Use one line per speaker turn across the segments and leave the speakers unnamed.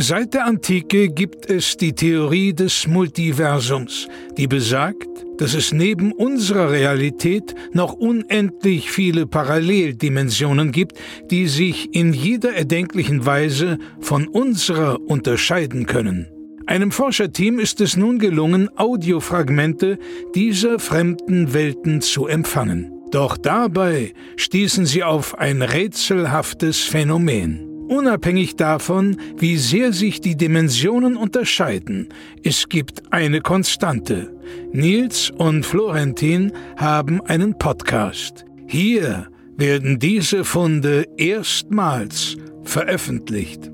Seit der Antike gibt es die Theorie des Multiversums, die besagt, dass es neben unserer Realität noch unendlich viele Paralleldimensionen gibt, die sich in jeder erdenklichen Weise von unserer unterscheiden können. Einem Forscherteam ist es nun gelungen, Audiofragmente dieser fremden Welten zu empfangen. Doch dabei stießen sie auf ein rätselhaftes Phänomen. Unabhängig davon, wie sehr sich die Dimensionen unterscheiden, es gibt eine Konstante. Nils und Florentin haben einen Podcast. Hier werden diese Funde erstmals veröffentlicht.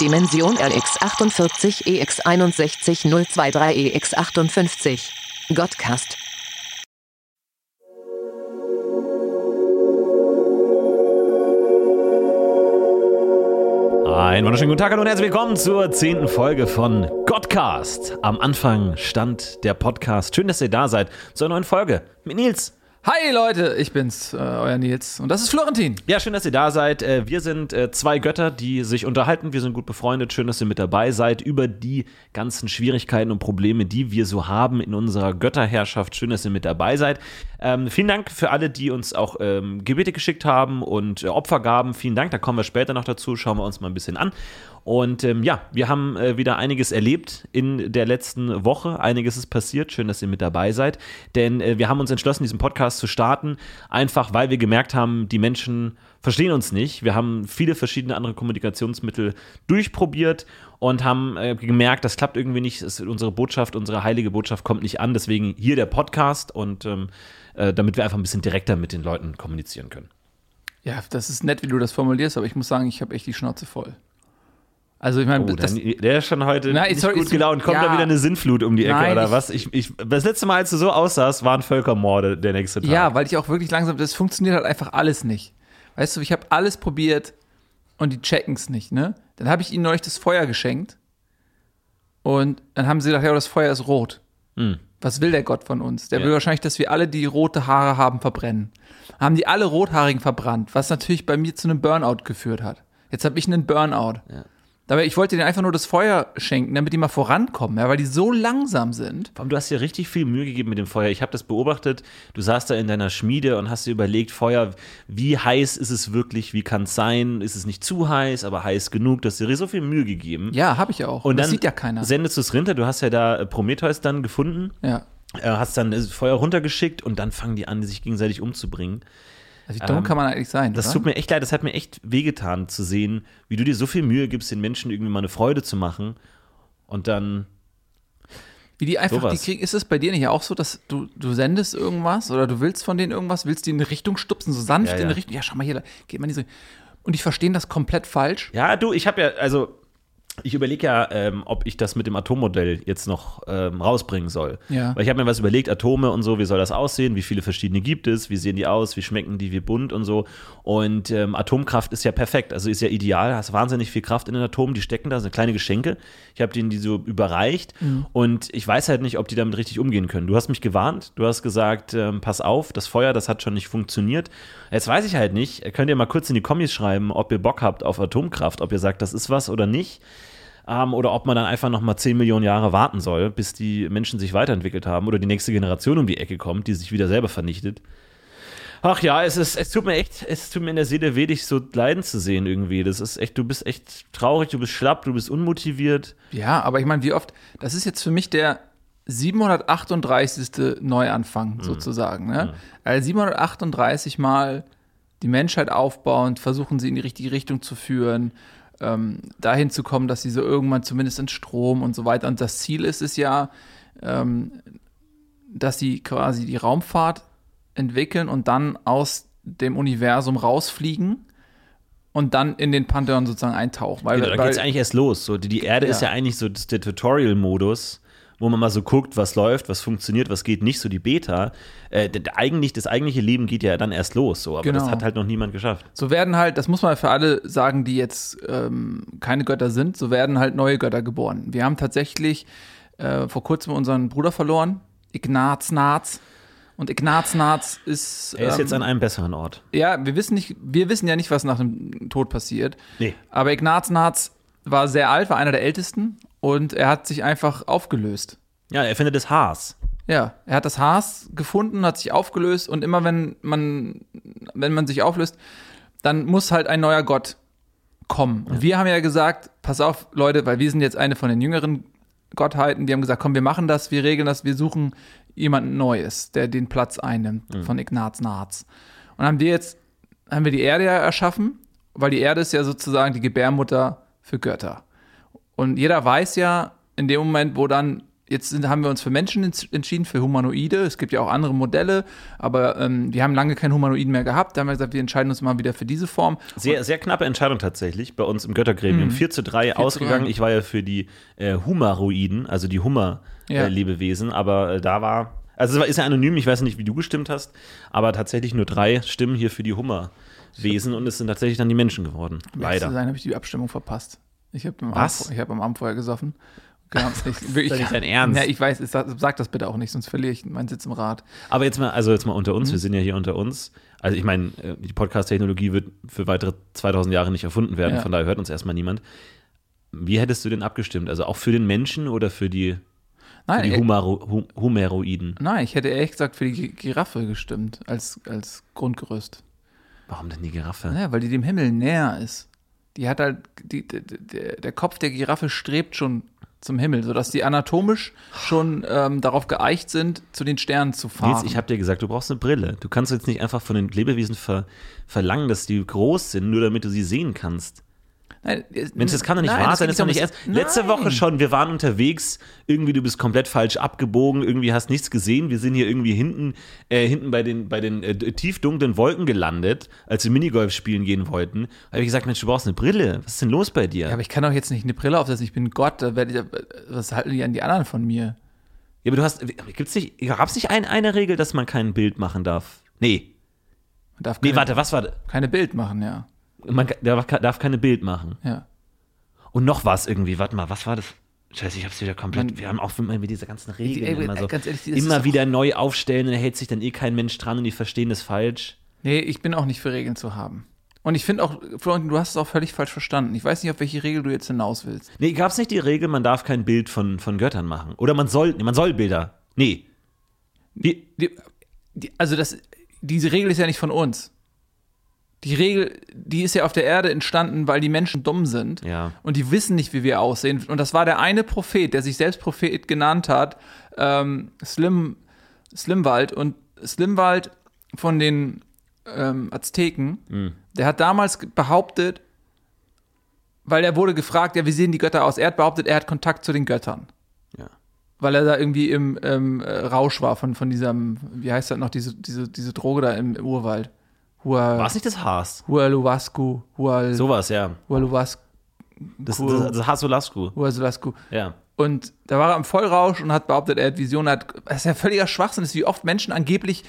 Dimension RX48 EX61 023 EX58. E Godcast.
Einen wunderschönen guten Tag, hallo und herzlich willkommen zur zehnten Folge von Godcast. Am Anfang stand der Podcast. Schön, dass ihr da seid zur neuen Folge mit Nils.
Hi Leute, ich bin's, äh, euer Nils. Und das ist Florentin.
Ja, schön, dass ihr da seid. Äh, Wir sind äh, zwei Götter, die sich unterhalten. Wir sind gut befreundet. Schön, dass ihr mit dabei seid über die ganzen Schwierigkeiten und Probleme, die wir so haben in unserer Götterherrschaft. Schön, dass ihr mit dabei seid. Ähm, vielen Dank für alle, die uns auch ähm, Gebete geschickt haben und äh, Opfergaben. Vielen Dank. Da kommen wir später noch dazu. Schauen wir uns mal ein bisschen an. Und ähm, ja, wir haben äh, wieder einiges erlebt in der letzten Woche. Einiges ist passiert. Schön, dass ihr mit dabei seid. Denn äh, wir haben uns entschlossen, diesen Podcast zu starten, einfach weil wir gemerkt haben, die Menschen verstehen uns nicht. Wir haben viele verschiedene andere Kommunikationsmittel durchprobiert und haben äh, gemerkt, das klappt irgendwie nicht. Es, unsere Botschaft, unsere heilige Botschaft kommt nicht an. Deswegen hier der Podcast und ähm, äh, damit wir einfach ein bisschen direkter mit den Leuten kommunizieren können.
Ja, das ist nett, wie du das formulierst, aber ich muss sagen, ich habe echt die Schnauze voll. Also ich meine,
Oh,
das,
dann, der ist schon heute
Nein,
nicht
sorry,
gut
ist-
gelaunt. Kommt da
ja.
wieder eine Sinnflut um die Ecke
Nein,
oder
ich-
was? Ich, ich, das letzte Mal, als du so aussahst, waren Völkermorde der nächste Tag.
ja, weil ich auch wirklich langsam, das funktioniert halt einfach alles nicht. Weißt du, ich habe alles probiert und die checken's nicht, ne? Dann habe ich ihnen neulich das Feuer geschenkt und dann haben sie gedacht, ja, das Feuer ist rot. Was will der Gott von uns? Der
Hm. Ja.
will wahrscheinlich, dass wir alle, die rote Haare haben, verbrennen. Haben die alle Rothaarigen verbrannt, was natürlich bei mir zu einem Burnout geführt hat. Jetzt habe ich einen Burnout. Dabei, ich wollte denen einfach nur das Feuer schenken, damit die mal vorankommen, ja, weil die so langsam sind.
Warum, du hast dir richtig viel Mühe gegeben mit dem Feuer. Ich habe das beobachtet. Du saßt da in deiner Schmiede und hast dir überlegt, Feuer, wie heiß ist es wirklich? Wie kann es sein? Ist es nicht zu heiß, aber heiß genug? Du hast dir so viel Mühe gegeben.
Ja, habe ich auch.
Und dann
das sieht ja keiner.
sendest du es runter. Du hast ja da äh, Prometheus dann gefunden,
Ja.
äh, hast dann das Feuer runtergeschickt und dann fangen die an, sich gegenseitig umzubringen.
Also wie dumm kann man eigentlich sein?
Ähm, Das
oder?
tut mir echt leid, das hat mir echt wehgetan zu sehen, wie du dir so viel Mühe gibst, den Menschen irgendwie mal eine Freude zu machen. Und dann,
wie die einfach
sowas.
die kriegen. Ist es bei dir nicht auch so, dass du, du sendest irgendwas oder du willst von denen irgendwas, willst die in eine Richtung stupsen, so sanft
Ja,
in
ja.
eine Richtung. Ja, schau mal hier, da geht man diese. Und die verstehen das komplett falsch.
ja, du, ich habe ja, also, ich überlege ja, ähm, ob ich das mit dem Atommodell jetzt noch ähm, rausbringen soll.
Ja.
Weil ich habe mir was überlegt, Atome und so, wie soll das aussehen, wie viele verschiedene gibt es, wie sehen die aus, wie schmecken die, wie bunt und so. Und ähm, Atomkraft ist ja perfekt, also ist ja ideal, hast wahnsinnig viel Kraft in den Atomen, die stecken da, sind kleine Geschenke. Ich habe denen die so überreicht und ich weiß halt nicht, ob die damit richtig umgehen können. Du hast mich gewarnt, du hast gesagt, ähm, pass auf, das Feuer, das hat schon nicht funktioniert. Jetzt weiß ich halt nicht, könnt ihr mal kurz in die Kommis schreiben, ob ihr Bock habt auf Atomkraft, ob ihr sagt, das ist was oder nicht ähm, oder ob man dann einfach noch mal 10 Millionen Jahre warten soll, bis die Menschen sich weiterentwickelt haben oder die nächste Generation um die Ecke kommt, die sich wieder selber vernichtet. Ach ja, es, ist, es tut mir echt, es tut mir in der Seele weh, dich so leiden zu sehen irgendwie. Das ist echt, du bist echt traurig, du bist schlapp, du bist unmotiviert.
Ja, aber ich meine, wie oft, das ist jetzt für mich der 738. Neuanfang
Mhm.
sozusagen. Ne? Also 738 Mal die Menschheit aufbauen, versuchen sie in die richtige Richtung zu führen, ähm, dahin zu kommen, dass sie so irgendwann zumindest in Strom und so weiter. Und das Ziel ist es ja, ähm, dass sie quasi die Raumfahrt entwickeln und dann aus dem Universum rausfliegen und dann in den Pantheon sozusagen eintauchen. Weil,
Genau, da
weil-
geht's eigentlich erst los. So, die, die Erde ist
Ja.
ja eigentlich so das- der Tutorial-Modus, wo man mal so guckt, was läuft, was funktioniert, was geht nicht, so die Beta. Äh, d- d- eigentlich, das eigentliche Leben geht ja dann erst los, so, aber das
Genau.
hat halt noch niemand geschafft.
So werden halt, das muss man für alle sagen, die jetzt ähm, keine Götter sind, so werden halt neue Götter geboren. Wir haben tatsächlich äh, vor kurzem unseren Bruder verloren, Ignaz Naz. Und Ignatznaz ist.
Er ist
ähm,
jetzt an einem besseren Ort.
ja, wir wissen nicht, wir wissen ja nicht, was nach dem Tod passiert.
Nee.
Aber Ignatznaz war sehr alt, war einer der ältesten und er hat sich einfach aufgelöst.
Ja, er findet das Haas.
Ja, er hat das Haas gefunden, hat sich aufgelöst und immer wenn man, wenn man sich auflöst, dann muss halt ein neuer Gott kommen. Und wir haben ja gesagt, pass auf, Leute, weil wir sind jetzt eine von den jüngeren Gottheiten, die haben gesagt, komm, wir machen das, wir regeln das, wir suchen jemanden Neues, der den Platz einnimmt von Ignaz Naaz. Und haben wir jetzt, haben wir die Erde ja erschaffen, weil die Erde ist ja sozusagen die Gebärmutter für Götter. Und jeder weiß ja, in dem Moment, wo dann, jetzt sind, haben wir uns für Menschen ents- entschieden, für Humanoide. Es gibt ja auch andere Modelle, aber ähm, wir haben lange keinen Humanoiden mehr gehabt. Da haben wir gesagt, wir entscheiden uns mal wieder für diese Form.
Sehr, sehr knappe Entscheidung tatsächlich bei uns im Göttergremium.
Mhm.
4 zu 3 ausgegangen. Ich war ja für die äh, Humaroiden, also die
Ja.
Hummer-Lebewesen, aber äh, da war. Also es war- ist ja anonym, ich weiß nicht, wie du gestimmt hast, aber tatsächlich nur drei Stimmen hier für die Hummerwesen und es sind tatsächlich dann die Menschen geworden.
Um ehrlich Zu
Leider.
sein, habe ich die Abstimmung verpasst. Ich habe am,
Was?
Abend- ich hab am Abend vorher gesoffen. Genau, ich, wirklich,
doch nicht dein Ernst.
Ja, ich weiß, ich sag, sag das bitte auch nicht, sonst verliere ich meinen Sitz im Rat.
Aber jetzt mal, also jetzt mal unter uns,
Mhm.
wir sind ja hier unter uns. Also ich meine, äh, die Podcast-Technologie wird für weitere 2000 Jahre nicht erfunden werden,
Ja.
von daher hört uns erstmal niemand. Wie hättest du denn abgestimmt? Also auch für den Menschen oder für die, für
Nein,
die
ich,
Humaro, Hum- Humeroiden?
nein, ich hätte ehrlich gesagt für die Gi- Giraffe gestimmt, als, als Grundgerüst.
Warum denn die Giraffe?
Ja, weil die dem Himmel näher ist. Die hat halt, die, die, der, der Kopf der Giraffe strebt schon zum Himmel, sodass die anatomisch schon ähm, darauf geeicht sind, zu den Sternen zu fahren.
Nils, ich habe dir gesagt, du brauchst eine Brille. Du kannst jetzt nicht einfach von den Lebewesen ver verlangen, dass die groß sind, nur damit du sie sehen kannst.
Nein, es-
Mensch, das kann doch nicht
nein,
wahr
das
sein. Das
geht
ist doch
um
nicht
das-
erst. Letzte
Nein.
Woche schon, wir waren unterwegs, irgendwie du bist komplett falsch abgebogen, irgendwie hast nichts gesehen. Wir sind hier irgendwie hinten, äh, hinten bei den, bei den äh, tief dunklen Wolken gelandet, als wir Minigolf spielen gehen wollten. Habe ich gesagt, Mensch, du brauchst eine Brille. Was ist denn los bei dir?
Ja,
Ja,
aber
aber,
ich kann doch jetzt nicht eine Brille aufsetzen. Ich bin Gott. Da werde ich, was halten die an die anderen von mir?
du hast. Gibt's nicht, gab's nicht ein, eine Regel, dass man kein Bild machen darf? Nee.
Man darf keine,
Nee, warte, was war.
keine Bild machen, ja.
Man ka- darf, darf keine Bild machen.
ja.
Und noch was irgendwie, warte mal, was war das? Scheiße, ich hab's wieder
Hm.
komplett. Wir haben auch immer wieder diese ganzen Regeln
ey,
immer so.
äh, ganz ehrlich, das ist
immer
doch-
wieder neu aufstellen und da hält sich dann eh kein Mensch dran und die verstehen das falsch.
Nee, ich bin auch nicht für Regeln zu haben. Und ich finde auch, Florian, du hast es auch völlig falsch verstanden. Ich weiß nicht, auf welche Regel du jetzt hinaus willst.
Nee, gab's nicht die Regel, man darf kein Bild von, von Göttern machen. Oder man soll, nee, man soll Bilder. Nee. Die,
Die, die, also, das, diese Regel ist ja nicht von uns. Die Regel, die ist ja auf der Erde entstanden, weil die Menschen dumm sind.
Ja.
Und die wissen nicht, wie wir aussehen. Und das war der eine Prophet, der sich selbst Prophet genannt hat, ähm, Slim, Slimwald. Und Slimwald von den ähm, Azteken, der hat damals ge- behauptet, weil er wurde gefragt, ja, wie sehen die Götter aus? Er hat behauptet, er hat Kontakt zu den Göttern.
Ja.
Weil er da irgendwie im ähm, äh, Rausch war von, von diesem, wie heißt das noch, diese, diese, diese Droge da im, im Urwald. Hua,
war's nicht das Haas?
Hualuwasku, Hual,
Sowas, ja.
Hualuwasku,
Das,
Cool.
das, das Hasolasku.
Hualuwasku.
Ja.
Und da war er im Vollrausch und hat behauptet, er hat Visionen, er hat, das ist ja völliger Schwachsinn, ist, wie oft Menschen angeblich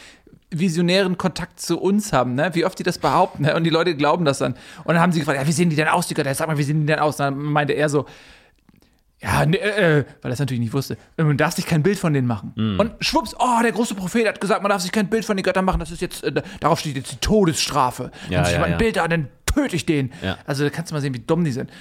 visionären Kontakt zu uns haben, ne? wie oft die das behaupten ne? und die Leute glauben das dann. Und dann haben sie gefragt, ja, wie sehen die denn aus, die Götter? Sag mal, wie sehen die denn aus? Und dann meinte er so, ja, ne, äh, äh, weil er es natürlich nicht wusste, Äh, man darf sich kein Bild von denen machen.
Mhm.
Und schwupps, oh, der große Prophet hat gesagt, man darf sich kein Bild von den Göttern machen, das ist jetzt, äh, darauf steht jetzt die Todesstrafe. Wenn
Ja,
sich
ja,
jemand
ja.
ein Bild an, dann töte ich den.
Ja.
Also da kannst du mal sehen, wie dumm die sind.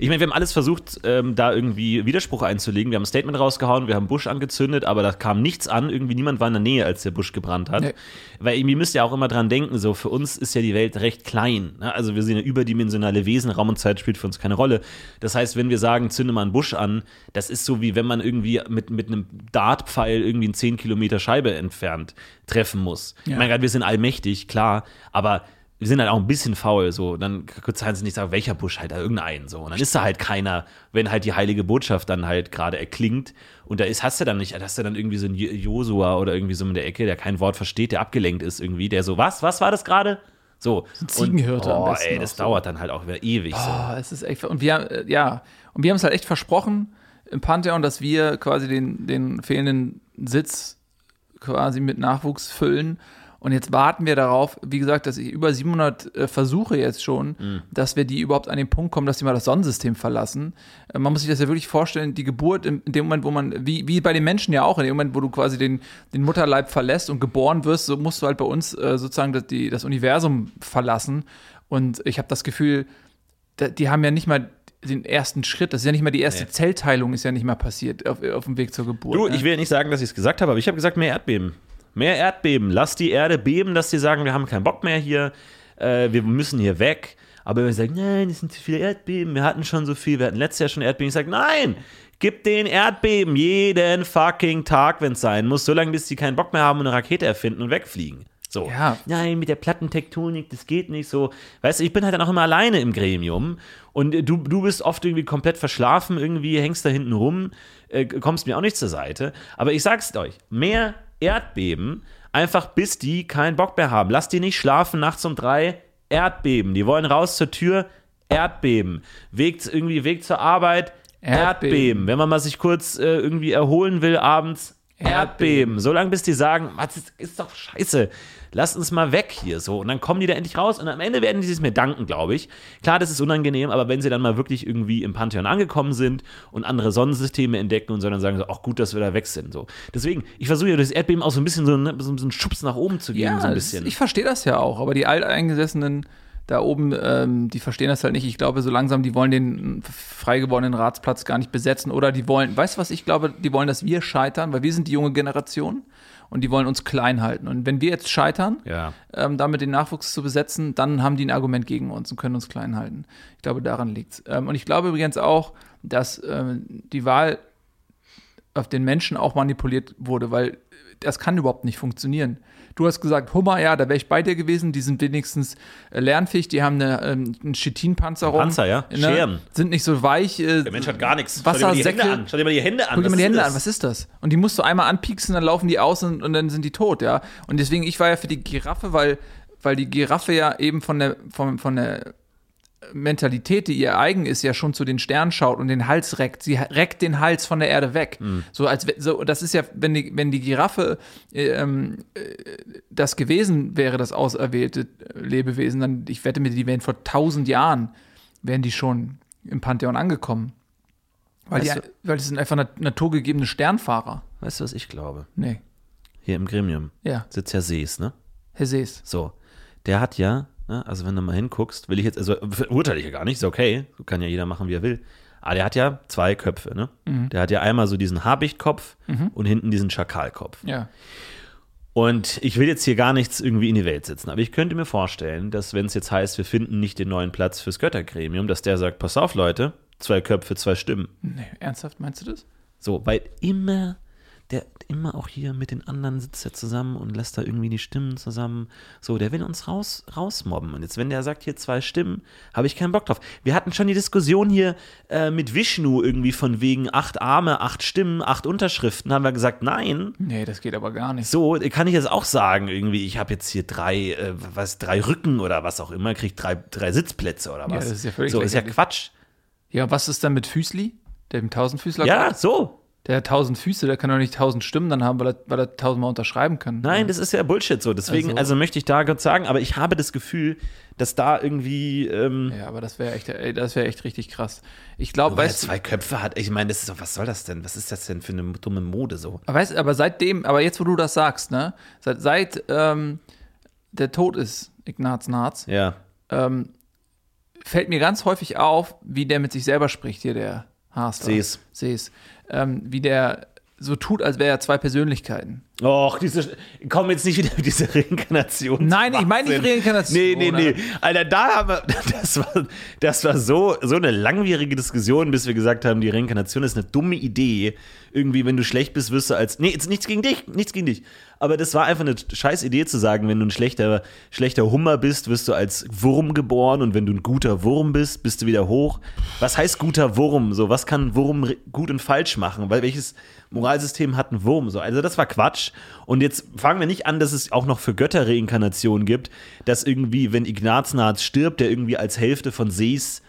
Ich meine, wir haben alles versucht, ähm, da irgendwie Widerspruch einzulegen. Wir haben ein Statement rausgehauen, wir haben Busch angezündet, aber da kam nichts an. Irgendwie niemand war in der Nähe, als der Busch gebrannt hat.
Nee.
Weil irgendwie müsst ihr auch immer dran denken, so für uns ist ja die Welt recht klein. Ne? Also wir sind ja überdimensionale Wesen, Raum und Zeit spielt für uns keine Rolle. Das heißt, wenn wir sagen, zünde mal einen Busch an, das ist so wie wenn man irgendwie mit, mit einem Dartpfeil irgendwie einen 10 Kilometer Scheibe entfernt treffen muss. Ich meine, gerade wir sind allmächtig, klar, aber wir sind halt auch ein bisschen faul, so. Dann können sie nicht sagen, welcher Busch halt, da irgendeinen, so. Und dann ist da halt keiner, wenn halt die heilige Botschaft dann halt gerade erklingt. Und da ist, hast du dann nicht, hast du dann irgendwie so einen Jo- Josua oder irgendwie so in der Ecke, der kein Wort versteht, der abgelenkt ist irgendwie, der so, was, was war das gerade? So. Und-
Ziegenhirte am
Oh,
besten
ey,
auch
das
so.
dauert dann halt auch wieder ewig. So.
Oh, es ist echt. Und wir, äh, ja, und wir haben es halt echt versprochen im Pantheon, dass wir quasi den, den fehlenden Sitz quasi mit Nachwuchs füllen. Und jetzt warten wir darauf, wie gesagt, dass ich über 700 äh, Versuche jetzt schon,
Mhm.
dass wir die überhaupt an den Punkt kommen, dass sie mal das Sonnensystem verlassen. Äh, man muss sich das ja wirklich vorstellen, die Geburt im, in dem Moment, wo man, wie, wie bei den Menschen ja auch, in dem Moment, wo du quasi den, den Mutterleib verlässt und geboren wirst, so musst du halt bei uns äh, sozusagen das, die, das Universum verlassen. Und ich habe das Gefühl, da, die haben ja nicht mal den ersten Schritt, das ist ja nicht mal die erste
Nee.
Zellteilung ist ja nicht mal passiert auf, auf dem Weg zur Geburt.
Du,
ne?
ich will ja nicht sagen, dass ich es gesagt habe, aber ich habe gesagt, mehr Erdbeben. Mehr Erdbeben. Lass die Erde beben, dass sie sagen, wir haben keinen Bock mehr hier, äh, wir müssen hier weg. Aber wenn wir sagen, nein, es sind zu viele Erdbeben, wir hatten schon so viel, wir hatten letztes Jahr schon Erdbeben. Ich sage, nein, gib den Erdbeben jeden fucking Tag, wenn es sein muss, solange bis sie keinen Bock mehr haben und eine Rakete erfinden und wegfliegen. So.
Ja.
Nein, mit der Plattentektonik, das geht nicht so. Weißt du, ich bin halt dann auch immer alleine im Gremium und äh, du, du bist oft irgendwie komplett verschlafen, irgendwie hängst da hinten rum, äh, kommst mir auch nicht zur Seite. Aber ich sag's euch, mehr Erdbeben, einfach bis die keinen Bock mehr haben. Lass die nicht schlafen nachts um drei, Erdbeben. Die wollen raus zur Tür, Erdbeben. Weg, irgendwie Weg zur Arbeit,
Erdbeben.
Erdbeben. Wenn man mal sich kurz äh, irgendwie erholen will abends, Erdbeben. So lange, bis die sagen, was ist, ist doch scheiße. Lasst uns mal weg hier so. Und dann kommen die da endlich raus und am Ende werden die es mir danken, glaube ich. Klar, das ist unangenehm, aber wenn sie dann mal wirklich irgendwie im Pantheon angekommen sind und andere Sonnensysteme entdecken und so, dann sagen sie, ach gut, dass wir da weg sind. So. Deswegen, ich versuche ja durch das Erdbeben auch so ein bisschen so, einen- so einen Schubs nach oben zu geben,
Ja,
so ein
das-
bisschen.
ich verstehe das ja auch, aber die Alteingesessenen da oben, ähm, die verstehen das halt nicht. Ich glaube, so langsam, die wollen den freigewordenen Ratsplatz gar nicht besetzen oder die wollen, weißt du was, ich glaube, die wollen, dass wir scheitern, weil wir sind die junge Generation und die wollen uns klein halten. Und wenn wir jetzt scheitern,
Ja.
ähm, damit den Nachwuchs zu besetzen, dann haben die ein Argument gegen uns und können uns klein halten. Ich glaube, daran liegt es. Ähm, und ich glaube übrigens auch, dass ähm, die Wahl auf den Menschen auch manipuliert wurde, weil das kann überhaupt nicht funktionieren. Du hast gesagt, Hummer, ja, da wäre ich bei dir gewesen, die sind wenigstens äh, lernfähig, die haben eine, ähm, einen Chitinpanzerung.
Panzer, ja,
Ne?
Scheren.
Sind nicht so weich. äh,
Der Mensch hat gar nichts.
Wassersäcke.
Schau dir mal die Hände an.
Guck dir mal die
ist
Hände
Ah, das?
an, was ist das? Und die musst du einmal anpieksen, dann laufen die aus und, und dann sind die tot, ja. Und deswegen, ich war ja für die Giraffe, weil, weil die Giraffe ja eben von der, von, von der Mentalität, die ihr eigen ist, ja schon zu den Sternen schaut und den Hals reckt. Sie ha- reckt den Hals von der Erde weg.
Hm.
So als we- so, das ist ja, wenn die, wenn die Giraffe äh, ähm, äh, das gewesen wäre, das auserwählte Lebewesen, dann, ich wette mit, die wären vor tausend Jahren, wären die schon im Pantheon angekommen. Weil, die,
Weißt
weil das sind einfach nat naturgegebene Sternfahrer.
Weißt du, was ich glaube?
Nee.
Hier im Gremium
Ja,
sitzt ja Sees, ne?
Herr Sees.
So, der hat ja, ne, also wenn du mal hinguckst, will ich jetzt, also urteile ich ja gar nicht, ist okay, so kann ja jeder machen, wie er will. Aber der hat ja zwei Köpfe, ne? Der hat ja einmal so diesen Habichtkopf und hinten diesen Schakalkopf.
Ja.
Und ich will jetzt hier gar nichts irgendwie in die Welt setzen, aber ich könnte mir vorstellen, dass wenn es jetzt heißt, wir finden nicht den neuen Platz fürs Göttergremium, dass der sagt, pass auf Leute, zwei Köpfe, zwei Stimmen.
Nee, ernsthaft meinst du das?
So, weil immer, der immer auch hier mit den anderen sitzt er zusammen und lässt da irgendwie die Stimmen zusammen. So, der will uns raus, rausmobben. Und jetzt, wenn der sagt, hier zwei Stimmen, habe ich keinen Bock drauf. Wir hatten schon die Diskussion hier äh, mit Vishnu irgendwie von wegen acht Arme, acht Stimmen, acht Unterschriften. Haben wir gesagt, nein.
Nee, das geht aber gar nicht.
So, kann ich jetzt auch sagen, irgendwie, ich habe jetzt hier drei, äh, was, drei Rücken oder was auch immer, krieg drei, drei Sitzplätze oder was.
das ist ja völlig
so, ist ja
lächerlich.
Quatsch.
Ja, was ist dann mit Füßli? Dem Tausendfüßler?
Ja, so.
Der hat tausend Füße, der kann doch nicht tausend Stimmen dann haben, weil er, weil er tausendmal unterschreiben kann.
Nein, das ist ja Bullshit so. Deswegen, also,
Also-
möchte ich da kurz sagen, aber ich habe das Gefühl, dass da irgendwie. Ähm,
Ja, aber das wäre echt, ey, das wäre echt richtig krass. Ich glaube,
weil er
weißt du,
zwei Köpfe hat. Ich meine, das ist doch, was soll das denn? Was ist das denn für eine dumme Mode so?
weißt, aber seitdem, aber jetzt, wo du das sagst, ne, seit, seit ähm, der Tod ist, Ignaz Narz,
Ja.
ähm, fällt mir ganz häufig auf, wie der mit sich selber spricht, hier der Haas.
Sees.
Sees. Ähm, wie der so tut, als wäre er zwei Persönlichkeiten.
Och, diese. Komm jetzt nicht wieder mit dieser Reinkarnation.
Nein, ich meine nicht Reinkarnation,
Nee, nee, nee.
oder?
Alter, da haben wir. Das war, das war so, so eine langwierige Diskussion, bis wir gesagt haben, die Reinkarnation ist eine dumme Idee. Irgendwie, wenn du schlecht bist, wirst du als. Nee, jetzt nichts gegen dich, nichts gegen dich. Aber das war einfach eine scheiß Idee zu sagen, wenn du ein schlechter, schlechter Hummer bist, wirst du als Wurm geboren und wenn du ein guter Wurm bist, bist du wieder hoch. Was heißt guter Wurm? So, was kann ein Wurm ri- gut und falsch machen? Weil welches Moralsystem hat ein Wurm? So, also das war Quatsch. Und jetzt fangen wir nicht an, dass es auch noch für Götterreinkarnationen gibt, dass irgendwie, wenn Ignaz Naaz stirbt, der irgendwie als Hälfte von Sees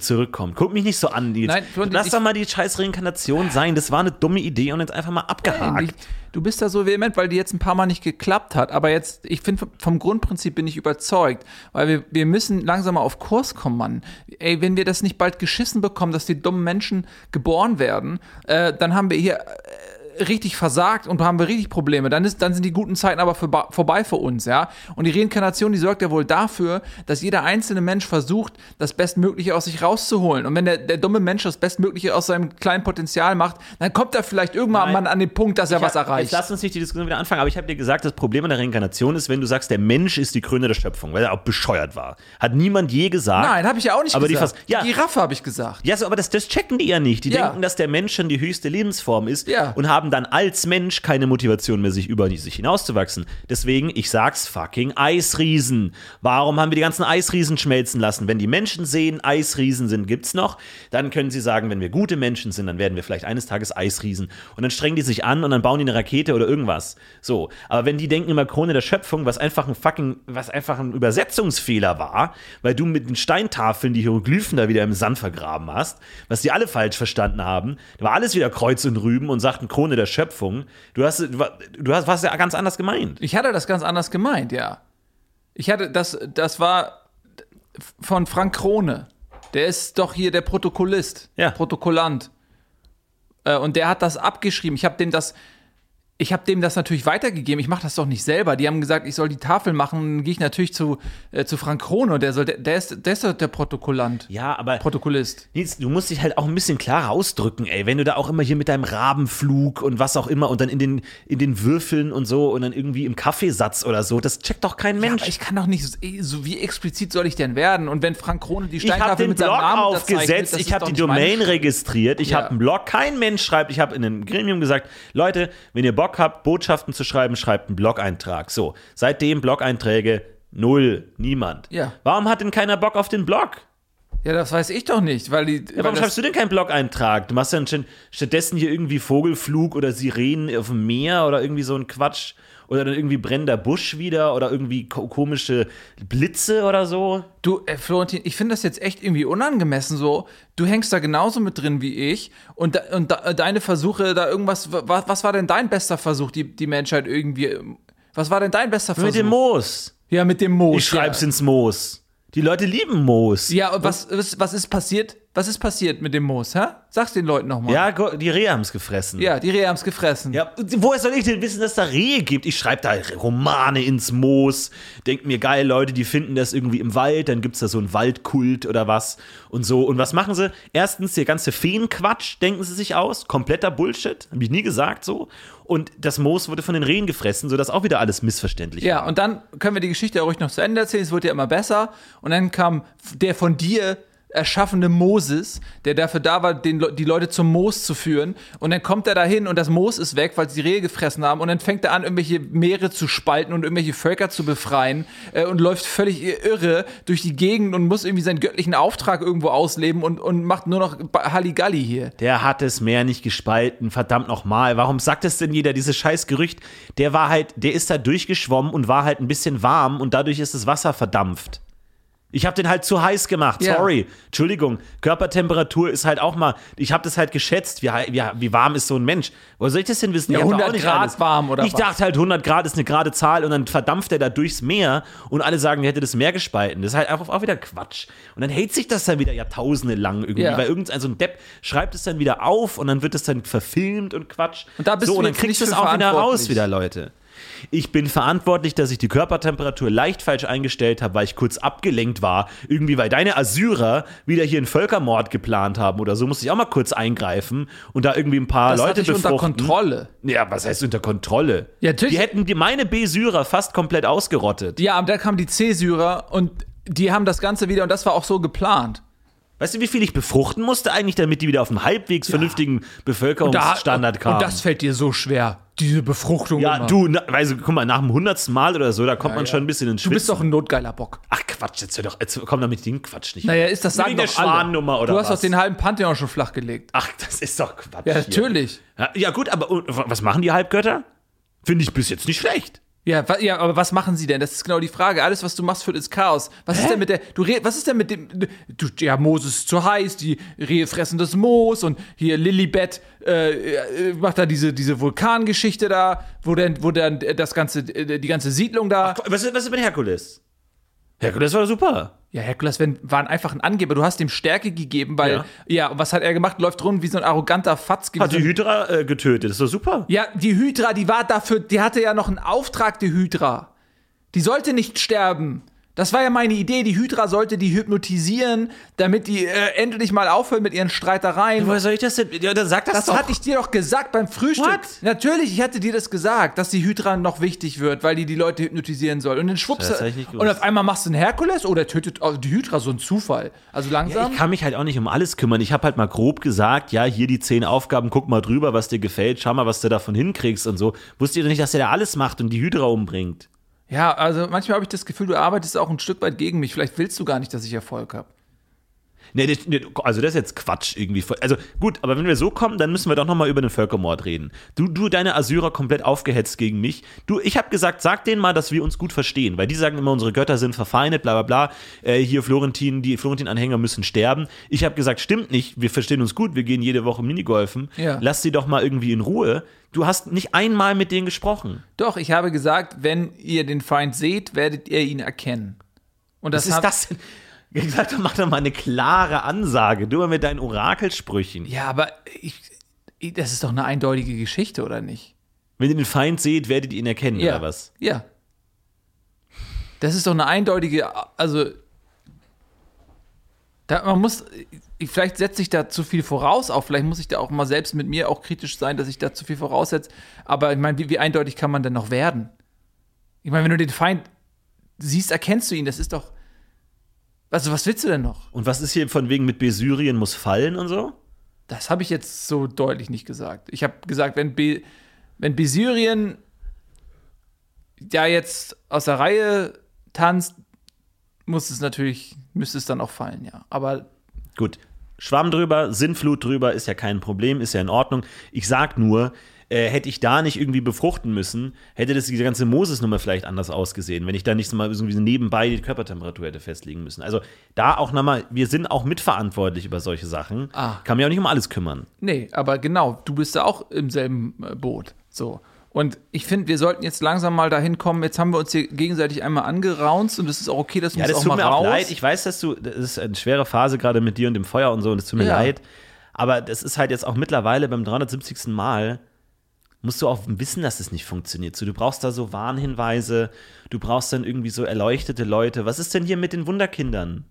zurückkommt. Guck mich nicht so an, Nils.
Nein, Florian,
Lass
ich-
doch mal die scheiß Reinkarnation sein. Das war eine dumme Idee und jetzt einfach mal abgehakt.
Ich, du bist da so vehement, weil die jetzt ein paar Mal nicht geklappt hat. Aber jetzt, ich finde, vom Grundprinzip bin ich überzeugt. Weil wir, wir müssen langsam mal auf Kurs kommen, Mann. Ey, wenn wir das nicht bald geschissen bekommen, dass die dummen Menschen geboren werden, äh, dann haben wir hier äh, richtig versagt und haben wir richtig Probleme. Dann, ist, dann sind die guten Zeiten aber vorba- vorbei für uns, ja. Und die Reinkarnation, die sorgt ja wohl dafür, dass jeder einzelne Mensch versucht, das Bestmögliche aus sich rauszuholen. Und wenn der, der dumme Mensch das Bestmögliche aus seinem kleinen Potenzial macht, dann kommt er vielleicht irgendwann
Nein.
mal an den Punkt, dass er
Ich
was
hab- Jetzt
erreicht.
lass uns nicht die Diskussion wieder anfangen, aber ich habe dir gesagt, das Problem an der Reinkarnation ist, wenn du sagst, der Mensch ist die Krone der Schöpfung, weil er auch bescheuert war. Hat niemand je gesagt.
Nein, habe ich ja auch nicht
aber
gesagt.
Die Vers- ja,
Giraffe habe ich gesagt.
ja, so, aber das, das checken die ja nicht. Die
Ja.
denken, dass der Mensch schon die höchste Lebensform ist
Ja.
und haben dann als Mensch keine Motivation mehr, sich über die- sich hinauszuwachsen. Deswegen, ich sag's fucking Eisriesen. Warum haben wir die ganzen Eisriesen schmelzen lassen? Wenn die Menschen sehen, Eisriesen sind, gibt's noch, dann können sie sagen, wenn wir gute Menschen sind, dann werden wir vielleicht eines Tages Eisriesen. Und dann strengen die sich an und dann bauen die eine Rakete oder irgendwas. So. Aber wenn die denken immer Krone der Schöpfung, was einfach ein fucking, was einfach ein Übersetzungsfehler war, weil du mit den Steintafeln die Hieroglyphen da wieder im Sand vergraben hast, was die alle falsch verstanden haben, da war alles wieder Kreuz und Rüben und sagten Krone der Schöpfung. Du hast, du war- du hast, warst ja ganz anders gemeint.
Ich hatte das ganz anders gemeint, ja. Ich hatte das, das war von Frank Krone. Der ist doch hier der Protokollist,
Ja.
Protokollant. Äh, Und der hat das abgeschrieben. Ich habe dem das, ich habe dem das natürlich weitergegeben. Ich mache das doch nicht selber. Die haben gesagt, ich soll die Tafel machen. Dann gehe ich natürlich zu, äh, zu Frank Krone. Und der soll, der, der ist, der ist doch der Protokollant,
Ja, aber
Protokollist.
Nils, du musst dich halt auch ein bisschen klarer ausdrücken, ey. Wenn du da auch immer hier mit deinem Rabenflug und was auch immer und dann in den, in den Würfeln und so und dann irgendwie im Kaffeesatz oder so, das checkt doch kein
Ja,
Mensch.
aber ich kann doch nicht, so- so wie explizit soll ich denn werden? Und wenn Frank Krone die
Ich habe
Steintafel
den
mit seinem
Blog
Namen unterzeichnet,
aufgesetzt,
das
ich
ist
habe die
doch nicht meine
Domain registriert, ich
Ja.
habe einen Blog. Kein Mensch schreibt, ich habe in einem Gremium gesagt, Leute, wenn ihr Bock habt, Botschaften zu schreiben, schreibt einen Blog-Eintrag. So, seitdem Blog-Einträge null, niemand.
Ja.
Warum hat denn keiner Bock auf den Blog?
Ja, das weiß ich doch nicht, weil die.
Ja,
weil
warum
das,
schreibst du denn keinen Blog-Eintrag? Du machst dann statt- stattdessen hier irgendwie Vogelflug oder Sirenen auf dem Meer oder irgendwie so ein Quatsch. Oder dann irgendwie brennender Busch wieder oder irgendwie ko komische Blitze oder so.
du, äh, Florentin, ich finde das jetzt echt irgendwie unangemessen so. Du hängst da genauso mit drin wie ich und, da, und da, äh, deine Versuche da irgendwas. Was, was war denn dein bester Versuch, die, die Menschheit irgendwie. ähm, Was war denn dein bester Versuch?
Mit dem Moos.
Ja, mit dem Moos.
Ich schreib's
ja.
ins Moos. Die Leute lieben Moos.
Ja, und was, was, was ist passiert? Was ist passiert mit dem Moos, hä? Sag's den Leuten nochmal.
Ja, go- die Rehe haben's gefressen.
Ja, die Rehe haben's gefressen.
Ja, und woher soll ich denn wissen, dass da Rehe gibt? Ich schreibe da Romane ins Moos, denk mir, geil, Leute, die finden das irgendwie im Wald, dann gibt's da so einen Waldkult oder was und so. Und was machen sie? Erstens, der ganze Feenquatsch, denken sie sich aus, kompletter Bullshit, hab ich nie gesagt so. Und das Moos wurde von den Rehen gefressen, sodass auch wieder alles missverständlich
Ja,
war.
und dann können wir die Geschichte auch ruhig noch zu Ende erzählen. Es wird ja immer besser. Und dann kam f- der von dir erschaffene Moses, der dafür da war, den, Le- die Leute zum Moos zu führen. Und dann kommt er dahin und das Moos ist weg, weil sie die Rehe gefressen haben. Und dann fängt er an, irgendwelche Meere zu spalten und irgendwelche Völker zu befreien äh, und läuft völlig i- irre durch die Gegend und muss irgendwie seinen göttlichen Auftrag irgendwo ausleben und, und macht nur noch Ba- Halligalli hier.
Der hat das Meer nicht gespalten, verdammt nochmal. Warum sagt es denn jeder, dieses scheiß Gerücht? Der war halt, der ist da durchgeschwommen und war halt ein bisschen warm und dadurch ist das Wasser verdampft. Ich habe den halt zu heiß gemacht,
Ja.
sorry. Entschuldigung, Körpertemperatur ist halt auch mal, ich habe das halt geschätzt, wie, hei- wie, wie warm ist so ein Mensch. Woher soll ich das denn wissen?
Ja,
Ich hab doch auch
100
nicht
Grad
alles.
warm oder
Ich
was?
dachte halt, 100 Grad ist eine gerade Zahl und dann verdampft er da durchs Meer und alle sagen, er hätte das Meer gespalten. Das ist halt auch, auch wieder Quatsch. Und dann hält sich das dann wieder jahrtausende lang irgendwie,
Ja.
weil irgendein so ein Depp schreibt es dann wieder auf und dann wird es dann verfilmt und Quatsch.
Und da bist
so,
du
und dann
jetzt
kriegst
nicht
du es
für
auch wieder raus,
verantwortlich.
wieder Leute. Ich bin verantwortlich, dass ich die Körpertemperatur leicht falsch eingestellt habe, weil ich kurz abgelenkt war. Irgendwie, weil deine Assyrer wieder hier einen Völkermord geplant haben oder so, musste ich auch mal kurz eingreifen und da irgendwie ein paar
Das
Leute
hatte ich unter
befruchten.
Kontrolle.
Ja, was heißt unter Kontrolle?
Ja, natürlich.
Die hätten die, meine B-Syrer fast komplett ausgerottet.
Ja, und dann kamen die C-Syrer und die haben das Ganze wieder, und das war auch so geplant.
Weißt du, wie viel ich befruchten musste eigentlich, damit die wieder auf einen halbwegs vernünftigen Bevölkerungsstandard kamen?
Und das fällt dir so schwer, diese Befruchtung.
ja,
immer.
du, na, also, guck mal, nach dem hundertsten Mal oder so, da kommt man schon ein bisschen ins
Du
Schwitzen.
bist doch ein notgeiler Bock.
Ach Quatsch, jetzt, hör doch, jetzt komm damit den Quatsch nicht.
Naja, ist das
Nur
sagen
wegen der
doch alle.
Schwan-Nummer oder
Du hast
was?
doch den halben Pantheon schon flachgelegt.
Ach, das ist doch Quatsch.
Ja,
hier.
natürlich.
Ja, ja, gut, aber und, wa- was machen die Halbgötter? Finde ich bis jetzt nicht schlecht.
Ja, wa, ja, aber was machen sie denn? Das ist genau die Frage. Alles, was du machst, führt ins Chaos. Was ist denn mit der, du red, was ist denn mit dem, du, ja, Moses ist zu heiß, die Rehe fressen das Moos und hier Lilibet äh, äh, macht da diese, diese Vulkangeschichte da, wo dann, wo dann das ganze, äh, die ganze Siedlung da.
Was ist, was ist mit Herkules? Herkules war doch super.
Ja, Herkules wenn, war einfach ein Angeber. Du hast ihm Stärke gegeben, weil,
Ja.
ja, und was hat er gemacht? Läuft rum wie so ein arroganter Fatzke.
Hat
wie so
die
ein-
Hydra äh, getötet, ist doch super.
ja, die Hydra, die war dafür, die hatte ja noch einen Auftrag, die Hydra. Die sollte nicht sterben. Das war ja meine Idee. Die Hydra sollte die hypnotisieren, damit die äh, endlich mal aufhören mit ihren Streitereien.
Woher soll ich das denn? Ja, dann sag das,
Das
doch.
hatte ich dir doch gesagt beim Frühstück.
What?
Natürlich, ich hatte dir das gesagt, dass die Hydra noch wichtig wird, weil die die Leute hypnotisieren soll. Und dann schwupps.
Das hab ich nicht gewusst.
und auf einmal machst du einen Herkules oder tötet auch die Hydra so ein Zufall. Also
Ja,
langsam.
ich kann mich halt auch nicht um alles kümmern. Ich habe halt mal grob gesagt, ja, hier die zehn Aufgaben, guck mal drüber, was dir gefällt, schau mal, was du davon hinkriegst und so. Wusstet ihr doch nicht, dass er da alles macht und die Hydra umbringt?
ja, also manchmal habe ich das Gefühl, du arbeitest auch ein Stück weit gegen mich. Vielleicht willst du gar nicht, dass ich Erfolg habe.
Nee, das, nee, also das ist jetzt Quatsch irgendwie. Also gut, aber wenn wir so kommen, dann müssen wir doch nochmal über den Völkermord reden. Du, du, deine Assyrer komplett aufgehetzt gegen mich. Du, ich habe gesagt, sag denen mal, dass wir uns gut verstehen, weil die sagen immer, unsere Götter sind verfeindet, bla bla bla. Äh, hier Florentin, die Florentin-Anhänger müssen sterben. Ich habe gesagt, stimmt nicht, wir verstehen uns gut, wir gehen jede Woche Minigolfen.
Ja.
Lass sie doch mal irgendwie in Ruhe. Du hast nicht einmal mit denen gesprochen.
Doch, ich habe gesagt, wenn ihr den Feind seht, werdet ihr ihn erkennen. Und das
Was ist
hab-
das denn? Ich hab gesagt, mach doch mal eine klare Ansage. Du immer mit deinen Orakelsprüchen.
Ja, aber ich, ich, das ist doch eine eindeutige Geschichte, oder nicht?
Wenn ihr den Feind seht, werdet ihr ihn erkennen,
Ja.
oder was?
Ja. Das ist doch eine eindeutige, also da, man muss, ich- vielleicht setze ich da zu viel voraus auch, vielleicht muss ich da auch mal selbst mit mir auch kritisch sein, dass ich da zu viel voraussetze, aber ich meine, wie, wie eindeutig kann man denn noch werden? Ich meine, wenn du den Feind siehst, erkennst du ihn, das ist doch, also was willst du denn noch?
Und was ist hier von wegen mit Besyrien muss fallen und so?
Das habe ich jetzt so deutlich nicht gesagt. Ich habe gesagt, wenn, Be wenn Besyrien ja jetzt aus der Reihe tanzt, muss es natürlich, müsste es dann auch fallen, ja. Aber
Gut. Schwamm drüber, Sinnflut drüber, ist ja kein Problem, ist ja in Ordnung. Ich sag nur, äh, hätte ich da nicht irgendwie befruchten müssen, hätte das diese ganze Moses-Nummer vielleicht anders ausgesehen, wenn ich da nicht so mal irgendwie nebenbei die Körpertemperatur hätte festlegen müssen. Also da auch nochmal, wir sind auch mitverantwortlich über solche Sachen.
Ah.
Kann mich auch nicht um alles kümmern.
nee, aber genau, du bist ja auch im selben äh, Boot. So. Und ich finde, wir sollten jetzt langsam mal dahin kommen. Jetzt haben wir uns hier gegenseitig einmal angeraunzt und es ist auch okay, dass wir
Ja,
uns
das
auch
tut
mal
mir
raus.
auch leid. Ich weiß, dass du, das ist eine schwere Phase gerade mit dir und dem Feuer und so und es tut mir
Ja.
leid. Aber das ist halt jetzt auch mittlerweile beim 370. Mal, musst du auch wissen, dass es nicht funktioniert. So, du brauchst da so Warnhinweise, du brauchst dann irgendwie so erleuchtete Leute. Was ist denn hier mit den Wunderkindern?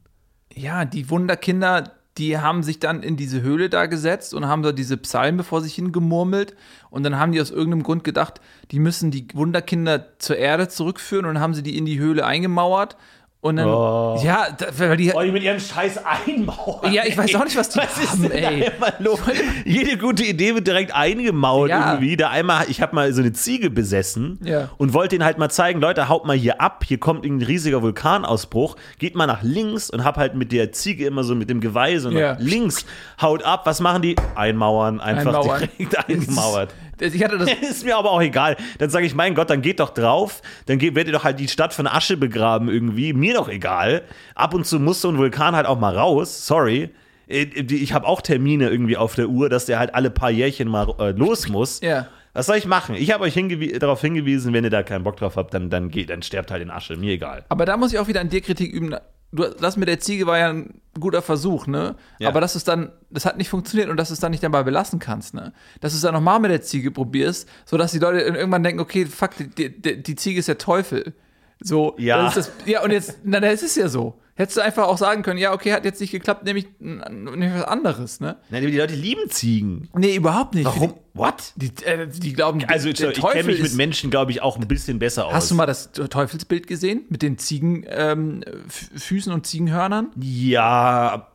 ja, die Wunderkinder, die haben sich dann in diese Höhle da gesetzt und haben da diese Psalmen vor sich hingemurmelt. Und dann haben die aus irgendeinem Grund gedacht, die müssen die Wunderkinder zur Erde zurückführen und dann haben sie die in die Höhle eingemauert. Und dann,
Oh.
ja, da, weil die,
die mit ihrem Scheiß einmauern.
ja, ich weiß auch nicht, was die
Oh Was ist
haben,
denn
ey.
da immer los? Jede gute Idee wird direkt eingemauert
Ja.
irgendwie. Da einmal, ich habe mal so eine Ziege besessen
Ja.
und wollte ihnen halt mal zeigen, Leute, haut mal hier ab, hier kommt irgendein riesiger Vulkanausbruch, geht mal nach links und hab halt mit der Ziege immer so mit dem Geweih so nach
Ja.
links, haut ab, was machen die? Einmauern, einfach
Einmauern.
direkt eingemauert.
Das- Ich hatte das,
Ist mir aber auch egal. Dann sage ich, mein Gott, dann geht doch drauf. Dann geht, werdet ihr doch halt die Stadt von Asche begraben irgendwie. Mir doch egal. Ab und zu muss so ein Vulkan halt auch mal raus. Sorry. Äh, Ich habe auch Termine irgendwie auf der Uhr, dass der halt alle paar Jährchen mal äh, los muss.
Ja.
Was soll ich machen? Ich habe euch hingewie darauf hingewiesen, wenn ihr da keinen Bock drauf habt, dann, dann geht, dann sterbt halt in Asche. Mir egal.
aber da muss ich auch wieder an dir Kritik üben. Du, das mit der Ziege war ja ein guter Versuch, ne?
Ja.
Aber dass es dann, das hat nicht funktioniert und dass du es dann nicht dabei belassen kannst, ne? Dass du es dann nochmal mit der Ziege probierst, sodass die Leute dann irgendwann denken, okay, fuck, die, die- die, die Ziege ist der Teufel. So,
Ja.
dann Ist das, ja, und jetzt, na, na, es ist ja so. Hättest du einfach auch sagen können, ja, okay, hat jetzt nicht geklappt, nehme ich, nehm ich was anderes, ne?
Nein, die Leute lieben Ziegen.
Nee, überhaupt nicht.
What?
Die, die, äh, die glauben,
Also,
der
ich kenne
Teufel
mich mit
ist-
Menschen, glaube ich, auch ein bisschen besser aus.
Hast du mal das Teufelsbild gesehen? Mit den Ziegenfüßen ähm, Fü- Füßen und Ziegenhörnern?
Ja,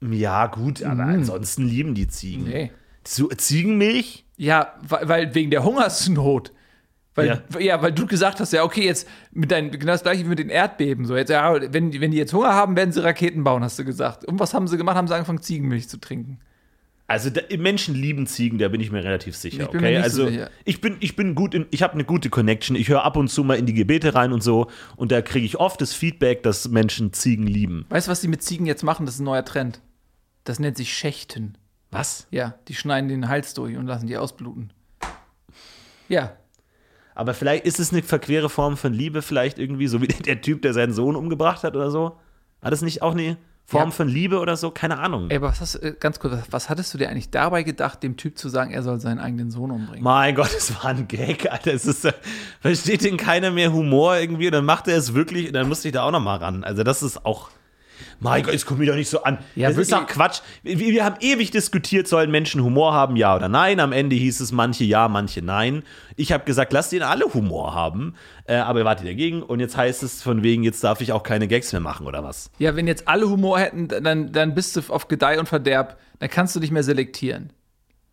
ja, gut, aber ansonsten lieben die Ziegen.
Mhm. Nee.
Zu, Ziegenmilch?
Ja, weil, weil wegen der Hungersnot. Weil, ja. weil du gesagt hast, ja, okay, jetzt mit deinen, genau das gleiche wie mit den Erdbeben. So, jetzt, ja, wenn, die- wenn die jetzt Hunger haben, werden sie Raketen bauen, hast du gesagt. Und was haben sie gemacht? Haben sie angefangen, Ziegenmilch zu trinken.
Also da, Menschen lieben Ziegen, da bin ich mir relativ sicher.
Ich bin mir
okay,
nicht so
also
sicher.
ich bin ich bin gut, in, ich habe eine gute Connection. Ich höre ab und zu mal in die Gebete rein und so und da kriege ich oft das Feedback, dass Menschen Ziegen lieben.
Weißt du, was die mit Ziegen jetzt machen? Das ist ein neuer Trend. Das nennt sich Schächten.
Was?
Ja, die schneiden den Hals durch und lassen die ausbluten. Ja,
Aber vielleicht ist es eine verquere Form von Liebe, vielleicht irgendwie so wie der Typ, der seinen Sohn umgebracht hat oder so. War das nicht auch eine Form
Ja.
von Liebe oder so? Keine Ahnung.
Ey, aber was hast, äh, ganz kurz, was, was hattest du dir eigentlich dabei gedacht, dem Typ zu sagen, er soll seinen eigenen Sohn umbringen?
Mein Gott, es war ein Gag, Alter. Es ist, äh, versteht denn keiner mehr Humor irgendwie? Und dann macht er es wirklich und dann musste ich da auch nochmal ran. Also, das ist auch. Mein Gott, es kommt mir doch nicht so an.
Ja,
das ist doch
wirklich.
Quatsch. Wir, wir haben ewig diskutiert, sollen Menschen Humor haben, ja oder nein. Am Ende hieß es manche ja, manche nein. Ich habe gesagt, lasst ihn alle Humor haben. Äh, aber ihr wart ihr dagegen und jetzt heißt es von wegen, jetzt darf ich auch keine Gags mehr machen oder was?
Ja, wenn jetzt alle Humor hätten, dann, dann bist du auf Gedeih und Verderb, dann kannst du nicht mehr selektieren.